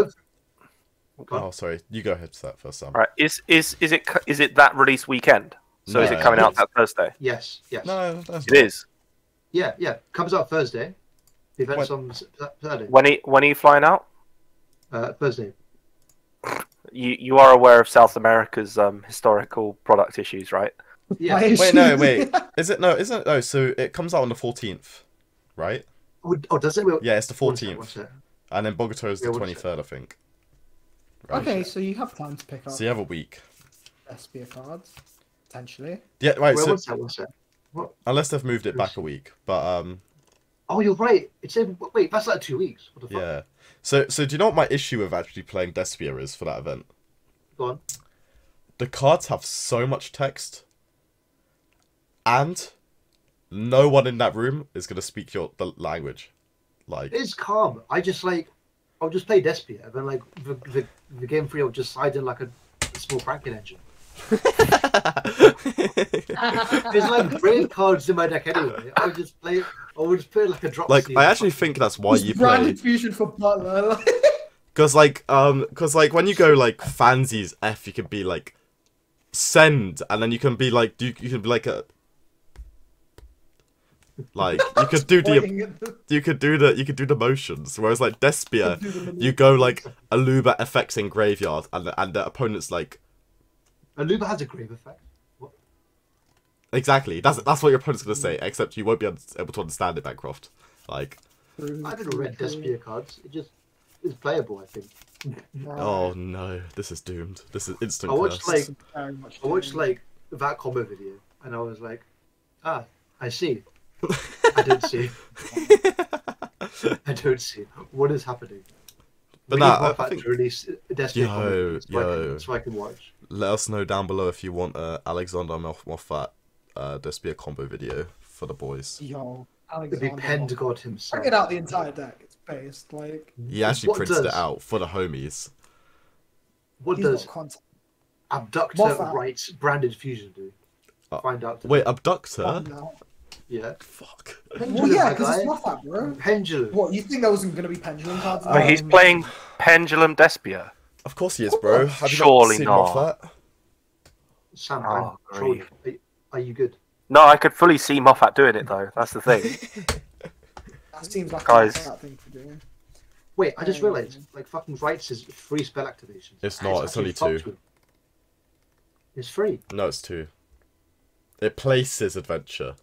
[SPEAKER 3] Go on.
[SPEAKER 1] Oh, sorry. You go ahead to that first, Sam.
[SPEAKER 4] All right, is is is it cu- is it that release weekend? So is it
[SPEAKER 1] No.
[SPEAKER 4] coming out that Thursday?
[SPEAKER 3] Yes, yes.
[SPEAKER 1] No, that's
[SPEAKER 4] It is.
[SPEAKER 3] Yeah, yeah. Comes out Thursday. The event's
[SPEAKER 1] When-
[SPEAKER 3] on S- Saturday.
[SPEAKER 4] When he when are you flying out?
[SPEAKER 3] Uh, Thursday.
[SPEAKER 4] you you are aware of South America's um, historical product issues, right?
[SPEAKER 3] Yeah.
[SPEAKER 2] My
[SPEAKER 1] Wait, no,
[SPEAKER 2] issue-
[SPEAKER 1] wait. Is it no? Isn't it? No. So it comes out on the fourteenth, right?
[SPEAKER 3] Oh, oh, does it? Wait,
[SPEAKER 1] Yeah, it's the
[SPEAKER 3] one sec, one
[SPEAKER 1] fourteenth,
[SPEAKER 3] sec.
[SPEAKER 1] and then Bogota is
[SPEAKER 3] Yeah,
[SPEAKER 1] the
[SPEAKER 3] what
[SPEAKER 1] twenty
[SPEAKER 3] is it?
[SPEAKER 1] third, I think. Right.
[SPEAKER 2] Okay, so you have time to pick up
[SPEAKER 1] So you have a week.
[SPEAKER 2] Espia cards, potentially.
[SPEAKER 1] Yeah, right.
[SPEAKER 3] Wait,
[SPEAKER 1] so
[SPEAKER 3] one sec, one sec.
[SPEAKER 1] unless they've moved it back
[SPEAKER 3] Yes.
[SPEAKER 1] a week. But um,
[SPEAKER 3] Oh, you're right. It's in. Wait, that's like two weeks. What the fuck?
[SPEAKER 1] Yeah. So so do you know what my issue with actually playing Despia is for that event?
[SPEAKER 3] Go on.
[SPEAKER 1] The cards have so much text, and no one in that room is gonna speak your the language. Like
[SPEAKER 3] It is calm. I just like, I'll just play Despia, and then like the the, the game three will just slide in like a, small Franken engine. There's like brave cards in my deck anyway. I'll just play. I would just play like a drop.
[SPEAKER 1] like
[SPEAKER 3] seed.
[SPEAKER 1] I actually think that's why you
[SPEAKER 2] Just brand
[SPEAKER 1] play
[SPEAKER 2] infusion for Butler.
[SPEAKER 1] Cause like um, cause like when you go like fancies F, you can be like send, and then you can be like you, you can be like a like you could do the
[SPEAKER 2] Pointing at the-
[SPEAKER 1] you could do the you could do the motions. Whereas like Despia,
[SPEAKER 2] Do the
[SPEAKER 1] you go like Aluba effects in graveyard, and the, and the opponent's like
[SPEAKER 3] Aluba has a grave effect. What?
[SPEAKER 1] exactly that's that's what your opponent's gonna
[SPEAKER 2] Mm.
[SPEAKER 1] say. Except you won't be able to- able to understand it, Bancroft. Like
[SPEAKER 3] I didn't read Despia cards. It just is playable. I think.
[SPEAKER 1] oh no, this is doomed. This is instant.
[SPEAKER 3] I watched
[SPEAKER 1] cursed.
[SPEAKER 3] like
[SPEAKER 2] Very much
[SPEAKER 3] I watched
[SPEAKER 2] doing.
[SPEAKER 3] like that combo video, and I was like, ah, I see. I don't see. I don't see. What is happening?
[SPEAKER 1] But
[SPEAKER 3] We
[SPEAKER 1] nah,
[SPEAKER 3] need
[SPEAKER 1] I- I
[SPEAKER 3] Rock Band
[SPEAKER 1] think-
[SPEAKER 3] to release Destiny
[SPEAKER 1] Yo,
[SPEAKER 3] combo so, I
[SPEAKER 1] yo.
[SPEAKER 3] can, so I can watch.
[SPEAKER 1] let us know down below if you want uh, Alexander Moff- Moffat uh, just be a combo video for the boys.
[SPEAKER 2] Yo,
[SPEAKER 3] It'd be
[SPEAKER 2] Alexander.
[SPEAKER 3] Pen God himself.
[SPEAKER 2] Bring it out the entire deck. It's based like
[SPEAKER 1] He actually
[SPEAKER 3] What
[SPEAKER 1] printed it
[SPEAKER 3] does-
[SPEAKER 1] out for the homies.
[SPEAKER 3] What
[SPEAKER 2] he's
[SPEAKER 3] does
[SPEAKER 2] got content.
[SPEAKER 3] Abductor
[SPEAKER 2] Moffat.
[SPEAKER 3] Rights branded fusion do?
[SPEAKER 1] Uh,
[SPEAKER 3] Find out. today.
[SPEAKER 1] Wait, abductor?
[SPEAKER 2] now.
[SPEAKER 3] Yeah.
[SPEAKER 1] Fuck.
[SPEAKER 2] Well,
[SPEAKER 3] Pendulum,
[SPEAKER 2] yeah,
[SPEAKER 3] my
[SPEAKER 2] because
[SPEAKER 3] guy.
[SPEAKER 2] it's not that, bro.
[SPEAKER 3] Pendulum.
[SPEAKER 2] What you think there wasn't gonna be pendulum cards? in
[SPEAKER 4] But Um,
[SPEAKER 2] there?
[SPEAKER 4] he's playing Pendulum Despia.
[SPEAKER 1] Of course he is, bro. Have you
[SPEAKER 4] Surely
[SPEAKER 1] not seen
[SPEAKER 4] not.
[SPEAKER 1] Moffat?
[SPEAKER 3] Sam,
[SPEAKER 1] Ah,
[SPEAKER 4] Oh,
[SPEAKER 3] I'm trolling. Are, are you good?
[SPEAKER 4] No, I could fully see Moffat doing it though. That's the thing.
[SPEAKER 2] That seems like
[SPEAKER 4] Guys.
[SPEAKER 2] a bad thing to do.
[SPEAKER 3] Wait, I just
[SPEAKER 2] Um,
[SPEAKER 3] realised. Like fucking Rights is free spell activations.
[SPEAKER 1] It's
[SPEAKER 3] And
[SPEAKER 1] not, it's
[SPEAKER 3] actually
[SPEAKER 1] only two.
[SPEAKER 3] fucked with. It's free.
[SPEAKER 1] No, it's two. It places adventure.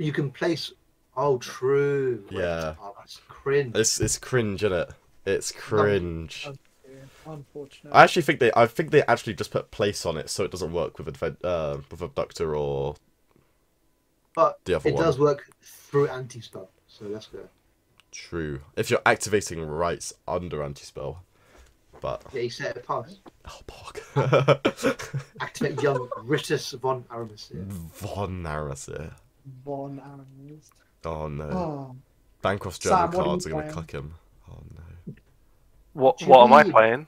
[SPEAKER 3] You can place. Oh, true. Wait,
[SPEAKER 1] Yeah.
[SPEAKER 3] Oh, that's cringe.
[SPEAKER 1] It's it's cringe, innit? It's
[SPEAKER 2] Um,
[SPEAKER 1] cringe.
[SPEAKER 2] Yeah, Unfortunate.
[SPEAKER 1] I actually think they I think they actually just put place on it so it doesn't work with advent uh, with abductor or
[SPEAKER 3] But
[SPEAKER 1] the
[SPEAKER 3] it
[SPEAKER 1] other one.
[SPEAKER 3] does work through anti spell. So let's go.
[SPEAKER 1] true. If you're activating rights under anti spell. But
[SPEAKER 3] Yeah, he set it pass.
[SPEAKER 1] oh bog.
[SPEAKER 3] Activate young Ritus von Aramis. Yeah.
[SPEAKER 1] Von Narrative.
[SPEAKER 2] Von Arrows.
[SPEAKER 1] Oh no.
[SPEAKER 2] Oh,
[SPEAKER 1] Bancroft's journal
[SPEAKER 2] Sam, what are you
[SPEAKER 1] cards are gonna
[SPEAKER 2] playing?
[SPEAKER 1] cuck him. Oh no.
[SPEAKER 4] What what am I
[SPEAKER 3] Gee.
[SPEAKER 4] playing?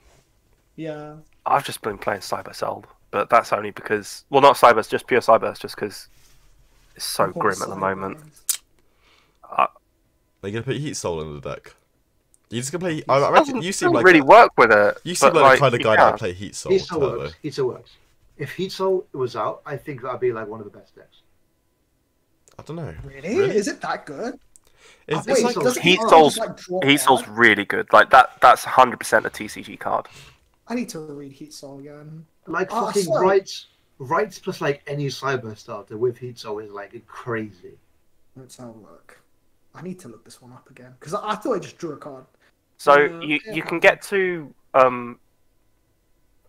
[SPEAKER 2] yeah.
[SPEAKER 4] I've just been playing Cyber Cell, but that's only because well, not Cyber, just pure Cyber, just because it's so
[SPEAKER 2] Von
[SPEAKER 4] grim at the
[SPEAKER 2] Cyber.
[SPEAKER 4] moment.
[SPEAKER 1] They're gonna put Heat Soul in the deck. You're just gonna play. I, I reckon you seem
[SPEAKER 4] Doesn't
[SPEAKER 1] like
[SPEAKER 4] really work with it.
[SPEAKER 1] you seem
[SPEAKER 4] but,
[SPEAKER 1] like, the kind of
[SPEAKER 4] you
[SPEAKER 1] guy that
[SPEAKER 4] can.
[SPEAKER 1] would play Heat Soul.
[SPEAKER 3] Heat Soul
[SPEAKER 1] Turbo.
[SPEAKER 3] works. Heat Soul works. If Heat Soul was out, I think that'd be like one of the best decks.
[SPEAKER 1] I don't know.
[SPEAKER 2] Really?
[SPEAKER 1] Really?
[SPEAKER 2] Is it that good?
[SPEAKER 1] It's,
[SPEAKER 3] Wait,
[SPEAKER 1] it's
[SPEAKER 3] Heat
[SPEAKER 1] like
[SPEAKER 3] Soul-
[SPEAKER 2] doesn't
[SPEAKER 4] Heat
[SPEAKER 2] it just,
[SPEAKER 4] Soul's-
[SPEAKER 2] like, draw
[SPEAKER 4] Heat Soul's
[SPEAKER 2] cards?
[SPEAKER 4] really good. Like that. That's 100 percent a TCG card.
[SPEAKER 2] I need to read Heat Soul again.
[SPEAKER 3] Like
[SPEAKER 2] Oh,
[SPEAKER 3] fucking
[SPEAKER 2] sorry.
[SPEAKER 3] rights, rights plus like any cyber starter with Heat Soul is like crazy.
[SPEAKER 2] Let's have a look. I need to look this one up again because I, I thought I just drew a card.
[SPEAKER 4] So
[SPEAKER 3] Oh,
[SPEAKER 2] Yeah.
[SPEAKER 4] you you can get to um,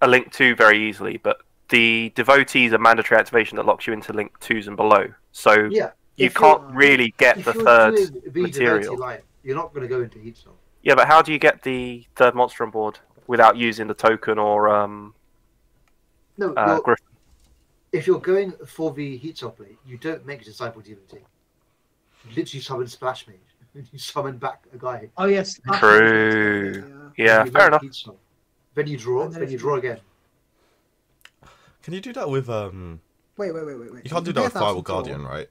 [SPEAKER 4] a link two very easily, but the devotees are mandatory activation that locks you into link twos and below. So
[SPEAKER 3] Yeah.
[SPEAKER 4] you
[SPEAKER 2] if
[SPEAKER 4] can't
[SPEAKER 2] you're-
[SPEAKER 4] really get
[SPEAKER 3] if
[SPEAKER 4] the
[SPEAKER 3] you're
[SPEAKER 4] third
[SPEAKER 3] doing V
[SPEAKER 4] material.
[SPEAKER 3] Line, you're not going to go into Heat Soul.
[SPEAKER 4] Yeah, but how do you get the third monster on board without using the token or um,
[SPEAKER 3] No,
[SPEAKER 4] uh,
[SPEAKER 3] you're,
[SPEAKER 4] Griffin?
[SPEAKER 3] if you're going for the Heat Soul play, you don't make a Disciple Demon team. You literally summon Splash Mage. You summon back a guy
[SPEAKER 2] Oh yes. I thought
[SPEAKER 4] True.
[SPEAKER 2] it was just- yeah.
[SPEAKER 4] Yeah,
[SPEAKER 3] You
[SPEAKER 4] fair
[SPEAKER 3] don't
[SPEAKER 4] enough.
[SPEAKER 3] need some. Then you draw,
[SPEAKER 2] And then
[SPEAKER 3] then you
[SPEAKER 2] it's-
[SPEAKER 3] draw again.
[SPEAKER 1] Can you do that with um?
[SPEAKER 2] Wait, wait, wait, wait, wait.
[SPEAKER 1] You can't do
[SPEAKER 2] pay
[SPEAKER 1] that with Firewall
[SPEAKER 2] 1,000 draw.
[SPEAKER 1] Guardian, right?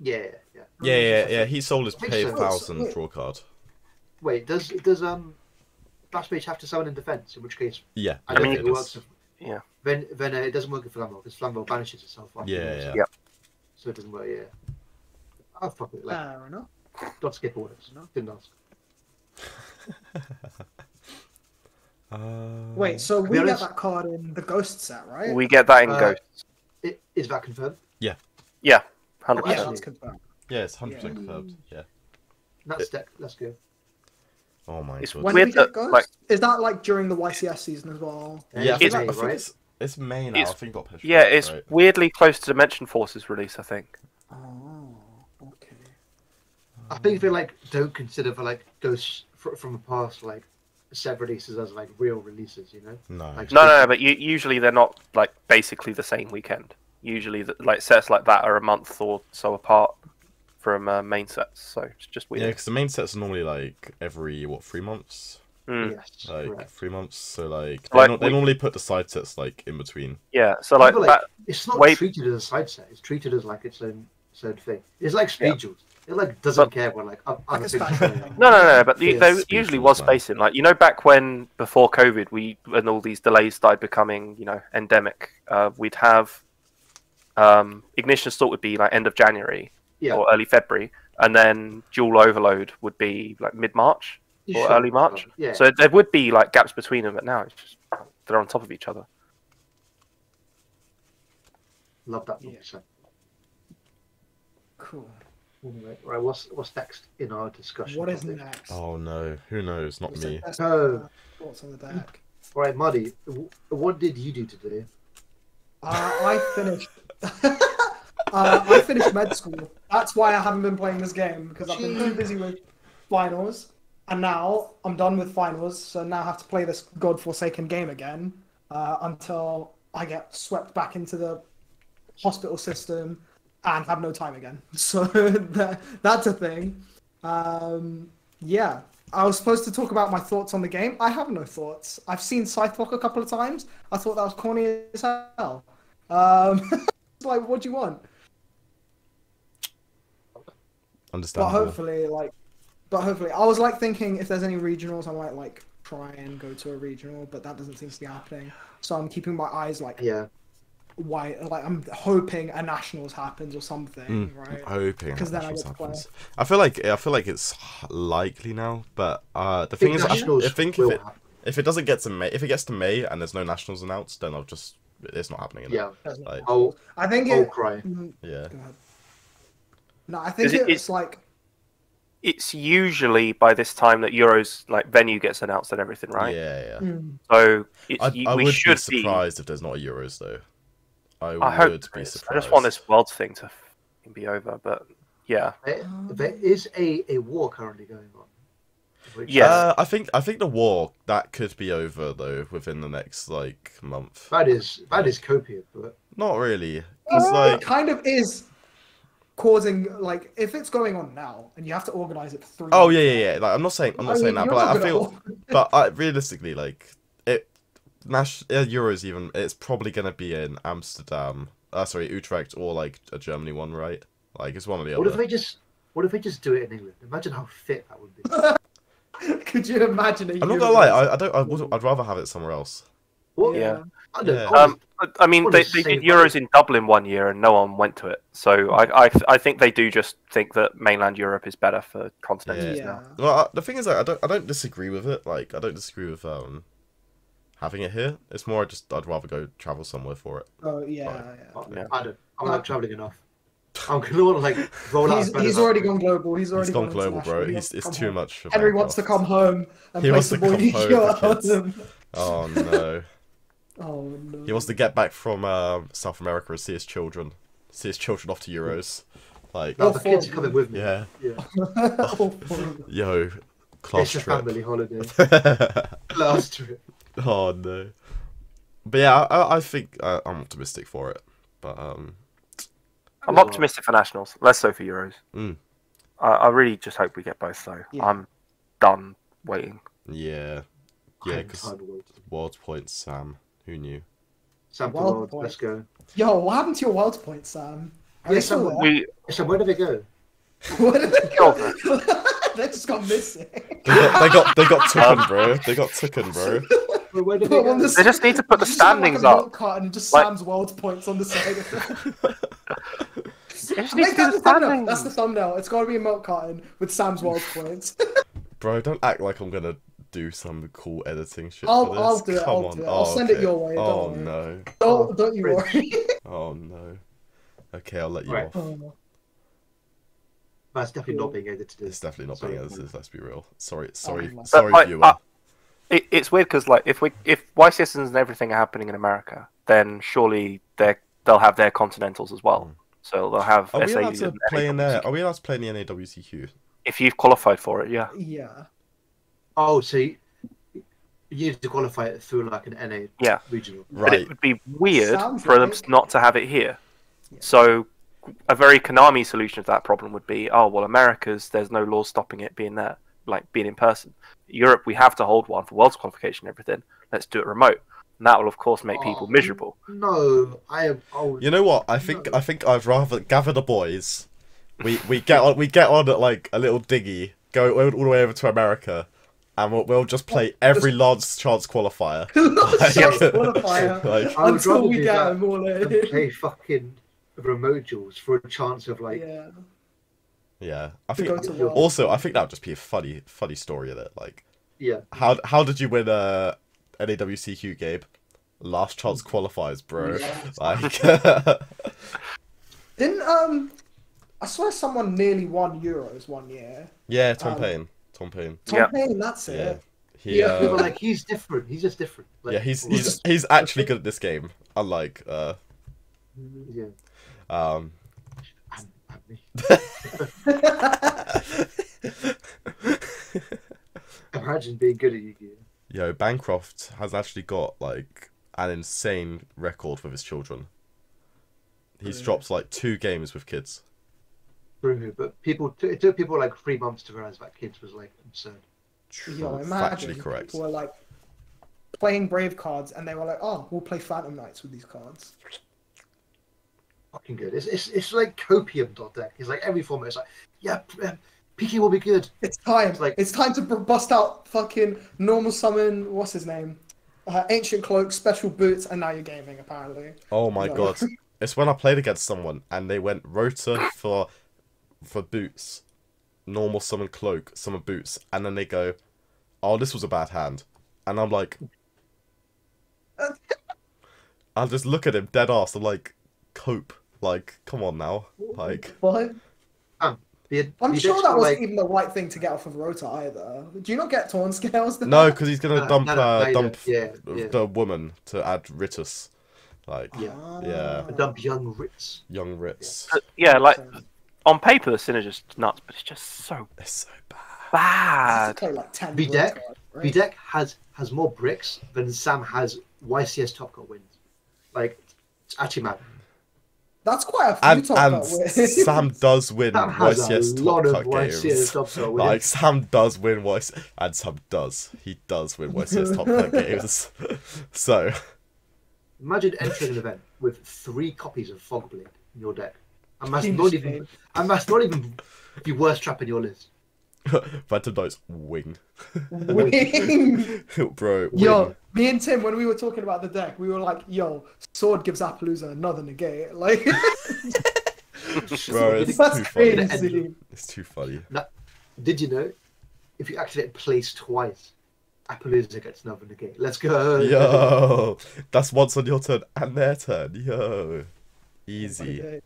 [SPEAKER 3] Yeah, yeah, yeah.
[SPEAKER 1] Yeah, yeah, yeah. Heat Soul is
[SPEAKER 3] I think
[SPEAKER 1] pay a
[SPEAKER 3] so.
[SPEAKER 1] thousand
[SPEAKER 2] Wait.
[SPEAKER 1] draw card.
[SPEAKER 3] Wait, does does um, Blast Mage have to summon in defense? In which case,
[SPEAKER 1] Yeah.
[SPEAKER 3] I
[SPEAKER 1] yeah,
[SPEAKER 3] don't
[SPEAKER 4] mean,
[SPEAKER 1] it
[SPEAKER 3] think it
[SPEAKER 1] is.
[SPEAKER 3] works.
[SPEAKER 4] Yeah.
[SPEAKER 3] Then then uh, it doesn't work in Flambo because Flambo banishes itself. after
[SPEAKER 1] Yeah,
[SPEAKER 3] this,
[SPEAKER 1] yeah.
[SPEAKER 4] Yeah.
[SPEAKER 3] So it doesn't work. Yeah. I'll fuck it. Like,
[SPEAKER 2] Fair enough.
[SPEAKER 3] Dot skipper works. Didn't ask.
[SPEAKER 1] Uh,
[SPEAKER 2] Wait, so we
[SPEAKER 3] honest-
[SPEAKER 2] get that card in the Ghost set, right?
[SPEAKER 4] We get that in
[SPEAKER 3] Uh,
[SPEAKER 4] Ghost.
[SPEAKER 3] I- Is that confirmed?
[SPEAKER 4] Yeah, hundred
[SPEAKER 2] Oh, yeah,
[SPEAKER 4] percent.
[SPEAKER 3] actually-
[SPEAKER 2] that's confirmed.
[SPEAKER 1] Yeah, it's hundred percent confirmed. Yeah.
[SPEAKER 3] That's deck. Let's go.
[SPEAKER 1] Oh my
[SPEAKER 4] It's
[SPEAKER 1] god.
[SPEAKER 2] When
[SPEAKER 4] Weird
[SPEAKER 2] do we get
[SPEAKER 4] that,
[SPEAKER 2] Ghost?
[SPEAKER 4] like-
[SPEAKER 2] Is that like during the YCS season as well?
[SPEAKER 1] Yeah, I think,
[SPEAKER 4] It's-
[SPEAKER 1] I
[SPEAKER 3] May,
[SPEAKER 1] think
[SPEAKER 3] right?
[SPEAKER 1] it's it's May now. I
[SPEAKER 4] It's-
[SPEAKER 1] think it got pushed.
[SPEAKER 4] Yeah,
[SPEAKER 1] back,
[SPEAKER 4] it's
[SPEAKER 1] right?
[SPEAKER 4] weirdly close to Dimension Force's release, I think.
[SPEAKER 2] Oh, okay.
[SPEAKER 3] I think they like don't consider for like goes fr- from the past like set releases as like real releases, you know?
[SPEAKER 1] No.
[SPEAKER 3] Like,
[SPEAKER 4] No, no, no but you, usually they're not like basically the same weekend. Usually, th like sets like that are a month or so apart from uh, main sets, so it's just
[SPEAKER 1] Yeah,
[SPEAKER 4] weird.
[SPEAKER 1] because the main sets are normally like every what three months,
[SPEAKER 4] Mm.
[SPEAKER 3] Yes,
[SPEAKER 1] like
[SPEAKER 3] correct.
[SPEAKER 1] three months. So like they,
[SPEAKER 4] Like,
[SPEAKER 1] nor- they
[SPEAKER 4] we-
[SPEAKER 1] normally put the side sets like in between.
[SPEAKER 4] Yeah, so like,
[SPEAKER 3] but, like,
[SPEAKER 4] that,
[SPEAKER 3] It's not
[SPEAKER 4] Wait-
[SPEAKER 3] treated as a side set. It's treated as like its own its own thing. It's like Speed
[SPEAKER 4] Yeah.
[SPEAKER 3] Jules. It like doesn't
[SPEAKER 4] But-
[SPEAKER 3] care when like o-
[SPEAKER 2] Like
[SPEAKER 3] other
[SPEAKER 2] it's
[SPEAKER 3] things.
[SPEAKER 2] fine.
[SPEAKER 3] are going on.
[SPEAKER 4] no, no, no, but the,
[SPEAKER 1] Yeah,
[SPEAKER 4] there
[SPEAKER 1] speed
[SPEAKER 4] usually
[SPEAKER 1] tools,
[SPEAKER 4] was
[SPEAKER 1] man.
[SPEAKER 4] spacing. Like you know, back when before COVID, we and all these delays started becoming you know endemic. Uh, we'd have um, ignition sort would be like end of January
[SPEAKER 3] Yeah.
[SPEAKER 4] or early February, and then dual overload would be like mid March.
[SPEAKER 3] You
[SPEAKER 4] or
[SPEAKER 3] should.
[SPEAKER 4] early March.
[SPEAKER 3] Yeah.
[SPEAKER 4] So there would be like gaps between them, but now it's just they're on top of each other.
[SPEAKER 3] Love that one.
[SPEAKER 2] Yeah.
[SPEAKER 3] So.
[SPEAKER 2] Cool.
[SPEAKER 3] Anyway, right, what's what's next in our discussion?
[SPEAKER 2] What is
[SPEAKER 3] topic?
[SPEAKER 2] next?
[SPEAKER 1] Oh no, who knows? Not
[SPEAKER 2] What's
[SPEAKER 1] me.
[SPEAKER 2] the best,
[SPEAKER 3] No.
[SPEAKER 2] uh, Thoughts on the deck.
[SPEAKER 3] Right, Muddy, w- what did you do today?
[SPEAKER 2] Uh, I finished. uh, I finished med school. That's why I haven't been playing this game because I've been too busy with finals, and now I'm done with finals. So now I have to play this godforsaken game again uh, until I get swept back into the hospital system and have no time again. So that, that's a thing. Um, yeah, I was supposed to talk about my thoughts on the game. I have no thoughts. I've seen Scythewalk a couple of times. I thought that was corny as hell. Um, it's like, what do you want? But
[SPEAKER 1] Understandable.
[SPEAKER 2] hopefully, like, but hopefully, I was like thinking if there's any regionals, I might like try and go to a regional, but that doesn't seem to be happening. So I'm keeping my eyes like
[SPEAKER 3] Yeah,
[SPEAKER 2] wide, like I'm hoping a nationals happens or something,
[SPEAKER 1] Mm,
[SPEAKER 2] right?
[SPEAKER 1] hoping that
[SPEAKER 2] Because then I
[SPEAKER 1] Nationals
[SPEAKER 2] get to play.
[SPEAKER 1] happens. I feel like I feel like it's likely now, but uh, the thing is, I,
[SPEAKER 3] Nationals
[SPEAKER 1] I think if
[SPEAKER 3] will
[SPEAKER 1] it,
[SPEAKER 3] happen.
[SPEAKER 1] if it doesn't get to May, if it gets to May and there's no nationals announced, then I'll just it's not happening. innit?
[SPEAKER 3] Yeah,
[SPEAKER 1] Like,
[SPEAKER 3] I'll,
[SPEAKER 2] I think
[SPEAKER 3] I'll
[SPEAKER 2] it.
[SPEAKER 3] cry.
[SPEAKER 2] Mm,
[SPEAKER 1] yeah.
[SPEAKER 2] go ahead. No, I think
[SPEAKER 4] Is it-
[SPEAKER 2] it's
[SPEAKER 4] is-
[SPEAKER 2] like
[SPEAKER 4] It's usually by this time that Euros like venue gets announced and everything, right?
[SPEAKER 1] Yeah, yeah.
[SPEAKER 2] mm,
[SPEAKER 4] So it's,
[SPEAKER 1] I,
[SPEAKER 4] you-
[SPEAKER 1] I
[SPEAKER 4] we
[SPEAKER 1] would be
[SPEAKER 4] should be.
[SPEAKER 1] surprised if there's not a Euros though. I,
[SPEAKER 4] I hope.
[SPEAKER 1] would
[SPEAKER 4] there
[SPEAKER 1] be
[SPEAKER 4] is.
[SPEAKER 1] surprised.
[SPEAKER 4] I just want this world thing to f***ing be over, but yeah,
[SPEAKER 3] There,
[SPEAKER 2] Um.
[SPEAKER 3] there is a, a war currently going on. which-
[SPEAKER 4] Yes.
[SPEAKER 1] Uh, I think I think the war that could be over though within the next like month.
[SPEAKER 3] that is that is copious, but
[SPEAKER 1] Not really. 'cause,
[SPEAKER 2] it
[SPEAKER 1] like
[SPEAKER 2] kind of is causing like if it's going on now and you have to organize it for three.
[SPEAKER 1] oh yeah
[SPEAKER 2] months
[SPEAKER 1] yeah yeah. Like I'm not saying I'm
[SPEAKER 2] out,
[SPEAKER 1] not
[SPEAKER 2] I
[SPEAKER 1] saying
[SPEAKER 2] mean,
[SPEAKER 1] that,
[SPEAKER 2] Oh, you're
[SPEAKER 1] but like,
[SPEAKER 2] not
[SPEAKER 1] I
[SPEAKER 2] gonna
[SPEAKER 1] feel. but I, realistically, like it, Nash uh, Euros even it's probably gonna be in Amsterdam. Uh, sorry, Utrecht or like a Germany one, right? Like it's one or the
[SPEAKER 3] what if
[SPEAKER 1] other.
[SPEAKER 3] they just what if they just do it in England? Imagine how fit that would be.
[SPEAKER 2] Could you imagine? i
[SPEAKER 1] I'm not gonna lie. I, I don't. I would, I'd rather have it somewhere else.
[SPEAKER 3] What?
[SPEAKER 4] Yeah.
[SPEAKER 3] I don't
[SPEAKER 1] Yeah.
[SPEAKER 3] know.
[SPEAKER 4] um, I, I mean,
[SPEAKER 3] What
[SPEAKER 4] they,
[SPEAKER 3] a
[SPEAKER 4] they
[SPEAKER 3] shame.
[SPEAKER 4] did Euros in Dublin one year and no one went to it. So I, I, I think they do just think that mainland Europe is better for continents
[SPEAKER 2] Yeah.
[SPEAKER 4] now.
[SPEAKER 1] Well, I, the thing is, like, I don't. I don't disagree with it. Like I don't disagree with um having it here. It's more I just I'd rather go travel somewhere for it.
[SPEAKER 2] Oh yeah,
[SPEAKER 1] Right.
[SPEAKER 2] yeah.
[SPEAKER 4] Yeah.
[SPEAKER 3] I don't. I'm not traveling enough. I'm gonna want to like roll out. of
[SPEAKER 2] He's,
[SPEAKER 3] bed
[SPEAKER 2] he's
[SPEAKER 3] and-
[SPEAKER 2] already gone global. He's already
[SPEAKER 1] He's gone global, bro.
[SPEAKER 2] international. He
[SPEAKER 1] He's
[SPEAKER 2] wants
[SPEAKER 1] it's
[SPEAKER 2] to
[SPEAKER 1] too
[SPEAKER 2] come home.
[SPEAKER 1] much. for
[SPEAKER 2] Henry wants to
[SPEAKER 1] Bancroft.
[SPEAKER 2] come home and
[SPEAKER 1] He
[SPEAKER 2] play
[SPEAKER 1] wants
[SPEAKER 2] some
[SPEAKER 1] to
[SPEAKER 2] boy
[SPEAKER 1] come home with the
[SPEAKER 2] him.
[SPEAKER 1] Oh no.
[SPEAKER 2] Oh no.
[SPEAKER 1] He wants to get back from um, South America and see his children, see his children off to Euros. Like,
[SPEAKER 3] No, the
[SPEAKER 2] four
[SPEAKER 3] kids
[SPEAKER 2] of
[SPEAKER 3] are
[SPEAKER 2] them.
[SPEAKER 3] coming with me.
[SPEAKER 1] yeah,
[SPEAKER 3] Yeah.
[SPEAKER 1] Oh,
[SPEAKER 2] Oh,
[SPEAKER 1] yo, class
[SPEAKER 3] It's a
[SPEAKER 1] trip.
[SPEAKER 3] family holiday. Last trip.
[SPEAKER 1] oh no. But yeah, I- I, I think uh, I'm optimistic for it. But um,
[SPEAKER 4] I'm
[SPEAKER 3] Yeah.
[SPEAKER 4] optimistic for nationals, less so for Euros.
[SPEAKER 1] Mm.
[SPEAKER 4] I, I really just hope we get both, though.
[SPEAKER 2] Yeah.
[SPEAKER 4] I'm done waiting.
[SPEAKER 1] yeah, yeah,
[SPEAKER 3] I'm
[SPEAKER 1] because
[SPEAKER 3] tired of working.
[SPEAKER 1] world points, Sam. Who knew?
[SPEAKER 3] Sample
[SPEAKER 2] Wild
[SPEAKER 3] world.
[SPEAKER 2] boy.
[SPEAKER 3] Let's go.
[SPEAKER 2] Yo, what happened to your world point, Sam? Are
[SPEAKER 3] Yeah,
[SPEAKER 2] they still
[SPEAKER 3] someone-
[SPEAKER 2] there?
[SPEAKER 4] We
[SPEAKER 3] So where do they go?
[SPEAKER 4] killed
[SPEAKER 2] they just got missing.
[SPEAKER 1] They got, they got, they got tooken, bro. They got tooken, bro.
[SPEAKER 3] Where, where do they
[SPEAKER 2] Put on
[SPEAKER 3] go?
[SPEAKER 2] the
[SPEAKER 4] They just need to put the
[SPEAKER 2] You just have, like, a
[SPEAKER 4] standings up.
[SPEAKER 2] milk carton and just
[SPEAKER 4] Like-
[SPEAKER 2] Sam's world points on the side. of it.
[SPEAKER 4] just need
[SPEAKER 2] Make
[SPEAKER 4] to
[SPEAKER 2] that the
[SPEAKER 4] do the
[SPEAKER 2] thumbnail. That's the
[SPEAKER 4] standings.
[SPEAKER 2] thumbnail. It's got to be a milk carton with Sam's world points.
[SPEAKER 1] Bro, don't act like I'm gonna do some cool editing shit.
[SPEAKER 2] I'll-
[SPEAKER 1] for this.
[SPEAKER 2] I'll do it,
[SPEAKER 1] Come
[SPEAKER 2] I'll
[SPEAKER 1] on.
[SPEAKER 2] do it. I'll
[SPEAKER 1] Oh,
[SPEAKER 2] send it
[SPEAKER 1] okay.
[SPEAKER 2] your way, don't
[SPEAKER 1] Oh
[SPEAKER 2] worry.
[SPEAKER 1] no.
[SPEAKER 3] Oh,
[SPEAKER 2] don't, don't you worry.
[SPEAKER 1] Oh no. Okay, I'll let you
[SPEAKER 3] Right.
[SPEAKER 1] off.
[SPEAKER 2] Oh,
[SPEAKER 3] That's definitely not being edited.
[SPEAKER 1] It's definitely not being
[SPEAKER 3] Sorry.
[SPEAKER 1] edited. Let's be real. Sorry, sorry,
[SPEAKER 2] Oh, my-
[SPEAKER 1] sorry,
[SPEAKER 4] But, like,
[SPEAKER 1] viewer.
[SPEAKER 4] uh, It, it's weird because like if we if YCSNs and everything are happening in America, then surely they they'll have their continentals as well. So they'll have
[SPEAKER 1] Mm. Are we
[SPEAKER 4] SAU
[SPEAKER 1] allowed to
[SPEAKER 4] and
[SPEAKER 1] play in
[SPEAKER 4] NAWC.
[SPEAKER 1] there? Are we allowed to play in the NAWCQ?
[SPEAKER 4] If you've qualified for it, yeah.
[SPEAKER 2] Yeah.
[SPEAKER 3] Oh, so you, you need to qualify it through like an NA
[SPEAKER 4] Yeah.
[SPEAKER 3] regional.
[SPEAKER 4] But
[SPEAKER 1] Right.
[SPEAKER 4] it would be weird
[SPEAKER 2] Sounds
[SPEAKER 4] for them
[SPEAKER 2] like-
[SPEAKER 4] not to have it here.
[SPEAKER 2] Yeah.
[SPEAKER 4] So a very Konami solution to that problem would be, oh well, Americas, there's no law stopping it being there, like being in person. Europe, we have to hold one for Worlds qualification, and everything. Let's do it remote, and that will of course make
[SPEAKER 3] Oh.
[SPEAKER 4] people miserable.
[SPEAKER 3] No, I am. Oh,
[SPEAKER 1] You know what? I think I think I'd rather gather the boys. We we get on we get on at like a little diggy, go all, all the way over to America, and we'll, we'll just play every last chance qualifier.
[SPEAKER 2] Shots qualifier.
[SPEAKER 1] Like,
[SPEAKER 3] I would
[SPEAKER 2] Until
[SPEAKER 3] rather
[SPEAKER 2] we
[SPEAKER 3] do
[SPEAKER 2] get
[SPEAKER 3] that
[SPEAKER 2] them all
[SPEAKER 3] than
[SPEAKER 2] in.
[SPEAKER 3] play fucking remote duels for a chance of like
[SPEAKER 2] Yeah.
[SPEAKER 1] yeah, I
[SPEAKER 2] To go
[SPEAKER 1] think.
[SPEAKER 2] to world.
[SPEAKER 1] Also, I think that would just be a funny funny story in it. Like,
[SPEAKER 3] yeah.
[SPEAKER 1] how how did you win a NAWCQ, Gabe? Last chance qualifiers, bro.
[SPEAKER 2] Yeah.
[SPEAKER 1] Like,
[SPEAKER 2] Didn't um, I swear someone nearly won Euros one year.
[SPEAKER 1] yeah, Tom
[SPEAKER 2] Um,
[SPEAKER 1] Payne. Tom Payne.
[SPEAKER 2] Tom
[SPEAKER 4] Yeah.
[SPEAKER 2] Payne, that's it.
[SPEAKER 1] Yeah. He,
[SPEAKER 2] Yeah.
[SPEAKER 3] People are
[SPEAKER 1] uh,
[SPEAKER 3] like he's different. He's just different. Like,
[SPEAKER 1] yeah, he's
[SPEAKER 3] or-
[SPEAKER 1] he's he's actually good at this game. Unlike uh
[SPEAKER 3] yeah.
[SPEAKER 1] um
[SPEAKER 3] I'm- I'm me. Imagine being good at Yu-Gi-Oh.
[SPEAKER 1] Yo, Bancroft has actually got like an insane record with his children. He's
[SPEAKER 2] Really?
[SPEAKER 1] dropped like two games with kids.
[SPEAKER 3] Through who? But people, t- it took people like three months to realize that kids was like absurd.
[SPEAKER 2] Yo, imagine
[SPEAKER 1] Factually correct.
[SPEAKER 2] people were like playing Brave cards, and they were like, "Oh, we'll play Phantom Knights with these cards."
[SPEAKER 3] Fucking good. It's it's, it's like copium dot deck. It's like every format. It's like yeah, p- um, Piki will be good.
[SPEAKER 2] It's time.
[SPEAKER 3] It's like-
[SPEAKER 2] it's time to br- bust out fucking normal summon. What's his name? Uh, ancient cloak, special boots, and now you're gaming. Apparently,
[SPEAKER 1] Oh my
[SPEAKER 2] No.
[SPEAKER 1] god. It's when I played against someone and they went rotor for for boots, normal summon cloak, summon boots, and then they go, Oh, this was a bad hand. And I'm like I'll just look at him dead ass, I'm like, cope. Like, come on now. Like
[SPEAKER 2] what?
[SPEAKER 3] The-
[SPEAKER 2] I'm
[SPEAKER 3] the
[SPEAKER 2] sure
[SPEAKER 3] decks
[SPEAKER 2] that
[SPEAKER 3] were,
[SPEAKER 2] wasn't even the right thing to get off of Rota either. Do you not get torn scales? then?
[SPEAKER 1] No, because he's gonna
[SPEAKER 3] Uh,
[SPEAKER 1] dump
[SPEAKER 3] no, no,
[SPEAKER 1] uh,
[SPEAKER 3] no, you
[SPEAKER 1] dump
[SPEAKER 3] don't. Yeah,
[SPEAKER 1] uh,
[SPEAKER 3] yeah.
[SPEAKER 1] the woman to add Ritus, like
[SPEAKER 3] Yeah.
[SPEAKER 1] Yeah.
[SPEAKER 2] Ah.
[SPEAKER 3] dump young Ritz.
[SPEAKER 1] young Ritz.
[SPEAKER 4] But, yeah, like
[SPEAKER 3] uh,
[SPEAKER 4] on paper the synergist nuts, but it's just so
[SPEAKER 1] It's so bad.
[SPEAKER 4] bad.
[SPEAKER 2] play like ten.
[SPEAKER 3] Be
[SPEAKER 2] Red
[SPEAKER 3] deck.
[SPEAKER 2] cards, right?
[SPEAKER 3] V deck has has more bricks than Sam has YCS Top Cut wins. Like it's actually mad.
[SPEAKER 2] That's quite a few
[SPEAKER 1] And
[SPEAKER 2] top
[SPEAKER 1] and
[SPEAKER 2] up wins.
[SPEAKER 1] Sam does win
[SPEAKER 3] Sam has
[SPEAKER 1] YCS
[SPEAKER 3] a
[SPEAKER 1] top
[SPEAKER 3] lot of
[SPEAKER 1] cut
[SPEAKER 3] YCS
[SPEAKER 1] games.
[SPEAKER 3] Top Cut wins.
[SPEAKER 1] Like Sam does win YCS, and Sam does he does win YCS top cut games. So
[SPEAKER 3] Imagine entering an event with three copies of Fogblade in your deck. And that's
[SPEAKER 2] Huge
[SPEAKER 3] not
[SPEAKER 2] shame.
[SPEAKER 3] even and that's not even the worst trap in your list.
[SPEAKER 1] Phantom Knights wing,
[SPEAKER 2] Wing.
[SPEAKER 1] bro. Wing.
[SPEAKER 2] Yo, me and Tim, when we were talking about the deck, we were like, "Yo, sword gives Appaloosa another negate." Like
[SPEAKER 1] bro, it's
[SPEAKER 2] that's
[SPEAKER 1] too funny.
[SPEAKER 2] crazy.
[SPEAKER 1] It's too funny.
[SPEAKER 3] Now, did you know if you activate place twice, Appaloosa gets another negate. Let's go.
[SPEAKER 1] Yo, that's once on your turn and their turn. Yo, easy.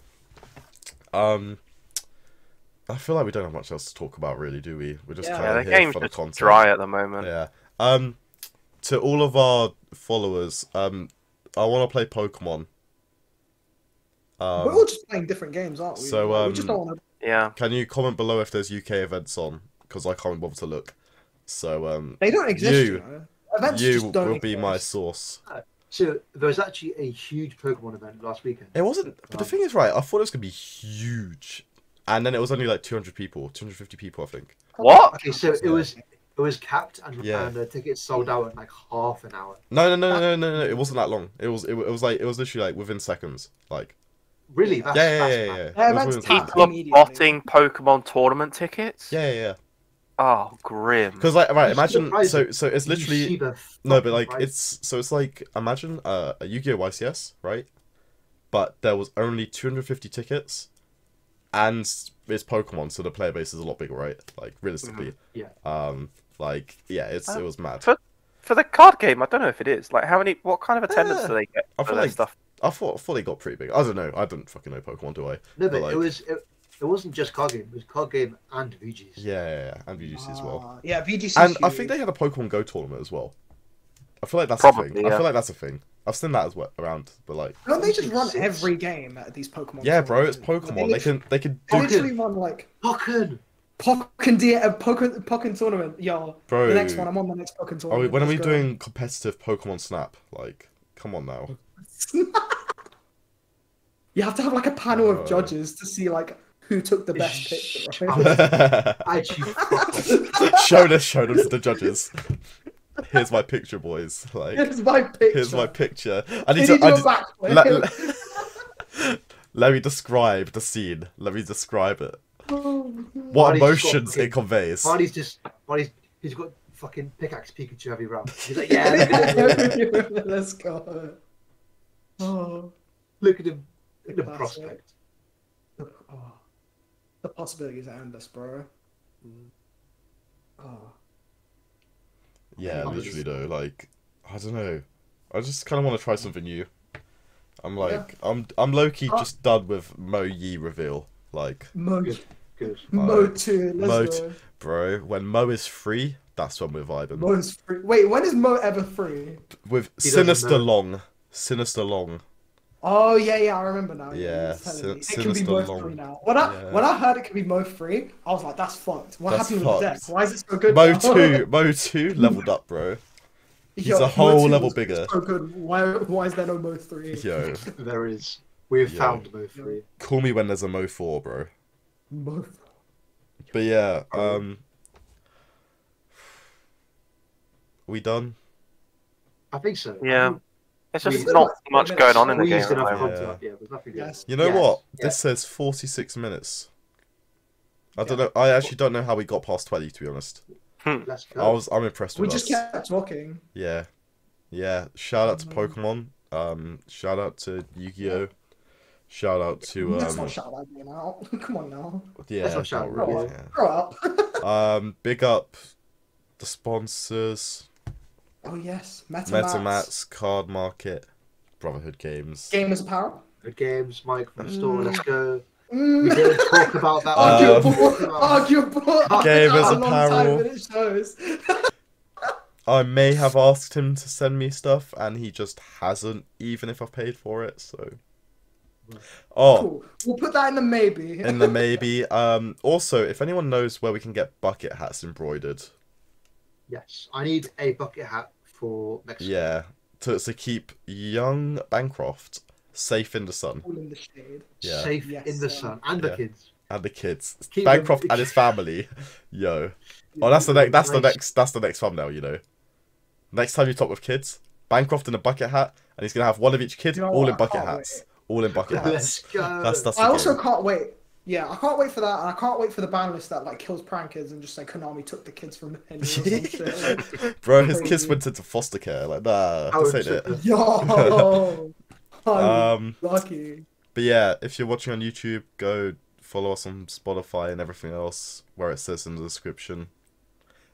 [SPEAKER 1] Um, I feel like we don't have much else to talk about, really, do we? We're just
[SPEAKER 2] Yeah.
[SPEAKER 1] kind
[SPEAKER 4] Yeah,
[SPEAKER 1] of
[SPEAKER 4] the
[SPEAKER 1] here
[SPEAKER 4] game's
[SPEAKER 1] for the
[SPEAKER 4] just
[SPEAKER 1] content.
[SPEAKER 4] dry at the moment.
[SPEAKER 1] Yeah. Um, to all of our followers, um, I want to play Pokemon.
[SPEAKER 2] we're
[SPEAKER 1] Um,
[SPEAKER 2] all just playing different games, aren't we?
[SPEAKER 1] so,
[SPEAKER 2] Like, we just
[SPEAKER 1] um,
[SPEAKER 2] don't want to.
[SPEAKER 4] yeah.
[SPEAKER 1] can you comment below if there's UK events on? Because I can't bother to look. So um,
[SPEAKER 2] They don't exist. You,
[SPEAKER 1] you-
[SPEAKER 2] know? Events
[SPEAKER 1] you
[SPEAKER 2] just don't
[SPEAKER 1] will be my
[SPEAKER 2] exist.
[SPEAKER 1] source.
[SPEAKER 3] So there was actually a huge Pokemon event last weekend.
[SPEAKER 1] It wasn't, but the
[SPEAKER 3] Um,
[SPEAKER 1] thing is, right? I thought it was gonna be huge, and then it was only like 200 people, 250 people, I think.
[SPEAKER 4] What?
[SPEAKER 3] Okay, so it was it was capped and,
[SPEAKER 1] Yeah.
[SPEAKER 3] and the tickets sold out in like half an hour.
[SPEAKER 1] No, no, no, no, no, no, no. It wasn't that long. It was, it, wa- it was like, it was literally like within seconds. Like,
[SPEAKER 3] Really? That's,
[SPEAKER 1] yeah, yeah,
[SPEAKER 3] that's
[SPEAKER 1] yeah, yeah.
[SPEAKER 3] mad.
[SPEAKER 1] yeah.
[SPEAKER 2] Yeah,
[SPEAKER 1] It was
[SPEAKER 2] that's
[SPEAKER 1] within
[SPEAKER 2] tight.
[SPEAKER 1] seconds.
[SPEAKER 4] People are
[SPEAKER 2] Immediately.
[SPEAKER 4] botting Pokemon tournament tickets.
[SPEAKER 1] Yeah, yeah, yeah.
[SPEAKER 4] Oh, grim.
[SPEAKER 1] Because like, right,
[SPEAKER 3] It's
[SPEAKER 1] imagine. So,
[SPEAKER 3] surprising.
[SPEAKER 1] so it's
[SPEAKER 3] You see
[SPEAKER 1] literally
[SPEAKER 3] the
[SPEAKER 1] no,
[SPEAKER 3] fucking
[SPEAKER 1] but like
[SPEAKER 3] price.
[SPEAKER 1] it's so it's like imagine uh, a Yu-Gi-Oh YCS, right? But there was only 250 tickets, and it's Pokemon, so the player base is a lot bigger, right? Like realistically,
[SPEAKER 3] Mm-hmm. Yeah. Uh,
[SPEAKER 1] um, like yeah, it's it was mad.
[SPEAKER 4] For, for the card game, I don't know if it is. Like, how many? What kind of attendance
[SPEAKER 1] Yeah.
[SPEAKER 4] do they get
[SPEAKER 1] I
[SPEAKER 4] for
[SPEAKER 1] feel
[SPEAKER 4] their
[SPEAKER 1] like
[SPEAKER 4] stuff?
[SPEAKER 1] I thought, I thought they got pretty big. I don't know. I don't fucking know Pokemon, do I?
[SPEAKER 3] No,
[SPEAKER 1] but,
[SPEAKER 3] but
[SPEAKER 1] like-
[SPEAKER 3] it was it, it wasn't just card game. It was card game and VGs.
[SPEAKER 1] Yeah, yeah, yeah. and VGC as well.
[SPEAKER 2] Ah, yeah, VGC.
[SPEAKER 1] And I think they had a Pokemon Go tournament as well. I feel like that's a
[SPEAKER 4] Probably,
[SPEAKER 1] thing. I
[SPEAKER 4] yeah.
[SPEAKER 1] feel like that's a thing. I've seen that as well around, but like,
[SPEAKER 2] Don't they just run
[SPEAKER 3] Six.
[SPEAKER 2] every game at these Pokemon?
[SPEAKER 1] yeah, bro, it's
[SPEAKER 2] tournaments?
[SPEAKER 1] Pokemon. They can they can
[SPEAKER 2] They
[SPEAKER 1] do
[SPEAKER 3] Fucking-
[SPEAKER 2] literally run like
[SPEAKER 3] Pokken!
[SPEAKER 2] Pokken D- uh, Pokken, Pokken tournament, yo.
[SPEAKER 1] Bro.
[SPEAKER 2] The next one, I'm on the next Pokken
[SPEAKER 1] Are
[SPEAKER 2] tournament.
[SPEAKER 1] we, when are we
[SPEAKER 2] Let's go.
[SPEAKER 1] doing competitive Pokemon Snap? Like, come on now.
[SPEAKER 2] You have to have like a panel
[SPEAKER 1] Oh.
[SPEAKER 2] of judges to see like who took the best
[SPEAKER 3] Shh.
[SPEAKER 2] picture.
[SPEAKER 3] Oh.
[SPEAKER 2] Right?
[SPEAKER 3] I choose.
[SPEAKER 1] shown us, shown us to the judges. Here's my picture, boys. Like,
[SPEAKER 2] Here's my picture.
[SPEAKER 1] here's my picture. I
[SPEAKER 2] You
[SPEAKER 1] need
[SPEAKER 2] need
[SPEAKER 1] to. I need-
[SPEAKER 2] to do a backflip.
[SPEAKER 1] let, let- let me describe the scene. Let me describe it. What
[SPEAKER 3] Barney's just got
[SPEAKER 1] emotions
[SPEAKER 3] fucking-
[SPEAKER 1] it conveys.
[SPEAKER 3] Barney's just. Barney's. He's got fucking pickaxe Pikachu every round. He's like, yeah, look at him.
[SPEAKER 2] Let's go. Oh,
[SPEAKER 3] Look at him. Look at the
[SPEAKER 2] Classic.
[SPEAKER 3] prospect.
[SPEAKER 2] oh. The possibilities are endless, bro. Mm. Oh.
[SPEAKER 1] Yeah,
[SPEAKER 3] Barney's-
[SPEAKER 1] literally though. Like, I don't know. I just kind of want to try something new. I'm like, I'm, I'm low key
[SPEAKER 2] Oh.
[SPEAKER 1] just done with Mo Yi reveal. Like,
[SPEAKER 2] Mo,
[SPEAKER 3] Good. Good.
[SPEAKER 2] Mo 2. Let's
[SPEAKER 1] Mo
[SPEAKER 2] go.
[SPEAKER 1] bro, when Mo is free, that's when we're vibing.
[SPEAKER 2] Mo's free. Wait, when is Mo ever free?
[SPEAKER 1] with
[SPEAKER 3] He doesn't
[SPEAKER 1] sinister
[SPEAKER 3] know.
[SPEAKER 1] long, sinister long.
[SPEAKER 2] Oh yeah, yeah, I remember now.
[SPEAKER 1] Yeah,
[SPEAKER 2] you was telling me.
[SPEAKER 1] Sin-
[SPEAKER 2] it can be
[SPEAKER 1] Sinister
[SPEAKER 2] Mo
[SPEAKER 1] Long.
[SPEAKER 2] free now. When I
[SPEAKER 1] Yeah.
[SPEAKER 2] when I heard it could be Mo free, I was like, that's fucked. What
[SPEAKER 1] That's
[SPEAKER 2] happened
[SPEAKER 1] fucked.
[SPEAKER 2] with the deck? Why is it so good?
[SPEAKER 1] Mo
[SPEAKER 2] now?
[SPEAKER 1] two, Mo two leveled up, bro. He's
[SPEAKER 2] Yo,
[SPEAKER 1] a
[SPEAKER 2] Mo
[SPEAKER 1] whole
[SPEAKER 2] 2
[SPEAKER 1] level
[SPEAKER 2] was
[SPEAKER 1] bigger.
[SPEAKER 2] So good. Why why is there no Mo three?
[SPEAKER 1] Yo,
[SPEAKER 3] There is. We have
[SPEAKER 1] Yo.
[SPEAKER 3] found both three.
[SPEAKER 1] call me when there's a Mo four, bro.
[SPEAKER 2] Mo.
[SPEAKER 1] But yeah, um, we done.
[SPEAKER 3] I think so.
[SPEAKER 4] Yeah. It's just
[SPEAKER 3] Really?
[SPEAKER 4] not much going on in the game.
[SPEAKER 3] Squeezed
[SPEAKER 4] at the
[SPEAKER 3] enough
[SPEAKER 4] moment.
[SPEAKER 1] Yeah.
[SPEAKER 3] content. Yeah, there's nothing.
[SPEAKER 2] Yes.
[SPEAKER 3] else.
[SPEAKER 1] You know
[SPEAKER 3] Yes.
[SPEAKER 1] what?
[SPEAKER 3] Yeah.
[SPEAKER 1] This says forty six minutes. I don't know. I actually don't know how we got past twenty. To be honest,
[SPEAKER 3] Let's go.
[SPEAKER 1] I was. I'm impressed
[SPEAKER 2] We
[SPEAKER 1] with
[SPEAKER 2] just
[SPEAKER 1] us.
[SPEAKER 2] kept talking.
[SPEAKER 1] Yeah, yeah. Shout out to
[SPEAKER 2] Mhm.
[SPEAKER 3] Mm-hmm.
[SPEAKER 1] Pokemon. Um, shout out to Yu Gi Oh. Shout out to
[SPEAKER 2] Let's
[SPEAKER 1] um.
[SPEAKER 2] not shout that game out. Come on now.
[SPEAKER 1] Yeah,
[SPEAKER 3] That's not shout,
[SPEAKER 1] not really,
[SPEAKER 2] bro.
[SPEAKER 1] yeah.
[SPEAKER 2] Grow up.
[SPEAKER 1] Um, big up the sponsors:
[SPEAKER 2] Oh yes, MetaMats.
[SPEAKER 1] MetaMats, Card Market, Brotherhood Games.
[SPEAKER 2] Gamers Power.
[SPEAKER 3] Good games, Mike from the store.
[SPEAKER 2] Mm.
[SPEAKER 3] Let's go. We
[SPEAKER 2] Mm.
[SPEAKER 3] didn't talk about that. one.
[SPEAKER 1] Um,
[SPEAKER 2] Arguable, arguable.
[SPEAKER 1] Gamers
[SPEAKER 2] A long time
[SPEAKER 1] Apparel.
[SPEAKER 2] when it shows.
[SPEAKER 1] I may have asked him to send me stuff, and he just hasn't, even if I've paid for it. So, oh,
[SPEAKER 2] Cool. We'll put that in the maybe.
[SPEAKER 1] and the maybe. Um, also, if anyone knows where we can get bucket hats embroidered,
[SPEAKER 3] Yes, I need a bucket hat for next.
[SPEAKER 1] yeah, to to keep young Bancroft safe in the sun
[SPEAKER 2] All in the shade.
[SPEAKER 1] Yeah.
[SPEAKER 3] Safe
[SPEAKER 2] Yes,
[SPEAKER 3] in the
[SPEAKER 2] um,
[SPEAKER 3] sun and the
[SPEAKER 1] Yeah.
[SPEAKER 3] kids.
[SPEAKER 1] and the kids,
[SPEAKER 3] Keep them-
[SPEAKER 1] Bancroft and his family. Yo, oh, that's the next. That's the
[SPEAKER 3] Nice.
[SPEAKER 1] next. That's the next thumbnail. You know, next time you talk with kids, Bancroft in a bucket hat, and he's gonna have one of each kid,
[SPEAKER 2] You know
[SPEAKER 1] all
[SPEAKER 2] what?
[SPEAKER 1] in
[SPEAKER 2] I
[SPEAKER 1] bucket
[SPEAKER 2] can't
[SPEAKER 1] hats, all in bucket
[SPEAKER 3] Let's
[SPEAKER 1] hats.
[SPEAKER 3] go.
[SPEAKER 1] That's that's. the
[SPEAKER 2] I also
[SPEAKER 1] game.
[SPEAKER 2] can't wait. Yeah, I can't wait for that, and I can't wait for the ban list that like kills prankers and just say Konami took the kids from Henry or some shit. Like,
[SPEAKER 1] Bro, his
[SPEAKER 2] Crazy.
[SPEAKER 1] kids went into foster care. Like, nah,
[SPEAKER 3] Oh,
[SPEAKER 1] this ain't
[SPEAKER 3] it's-
[SPEAKER 1] it.
[SPEAKER 2] yo, I'm
[SPEAKER 1] Um,
[SPEAKER 2] lucky.
[SPEAKER 1] but yeah, if you're watching on YouTube, go follow us on Spotify and everything else where it says in the description.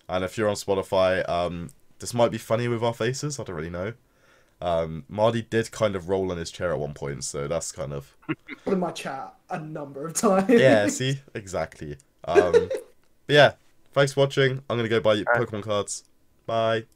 [SPEAKER 1] And if you're on Spotify, um, this might be funny with our faces. I don't really know. Um, Marty did kind of roll on his chair at one point, so that's kind of
[SPEAKER 2] Put in my chat a number of times.
[SPEAKER 1] yeah. see, exactly. Um, but yeah, thanks for watching. I'm gonna go buy Pokemon cards. Bye.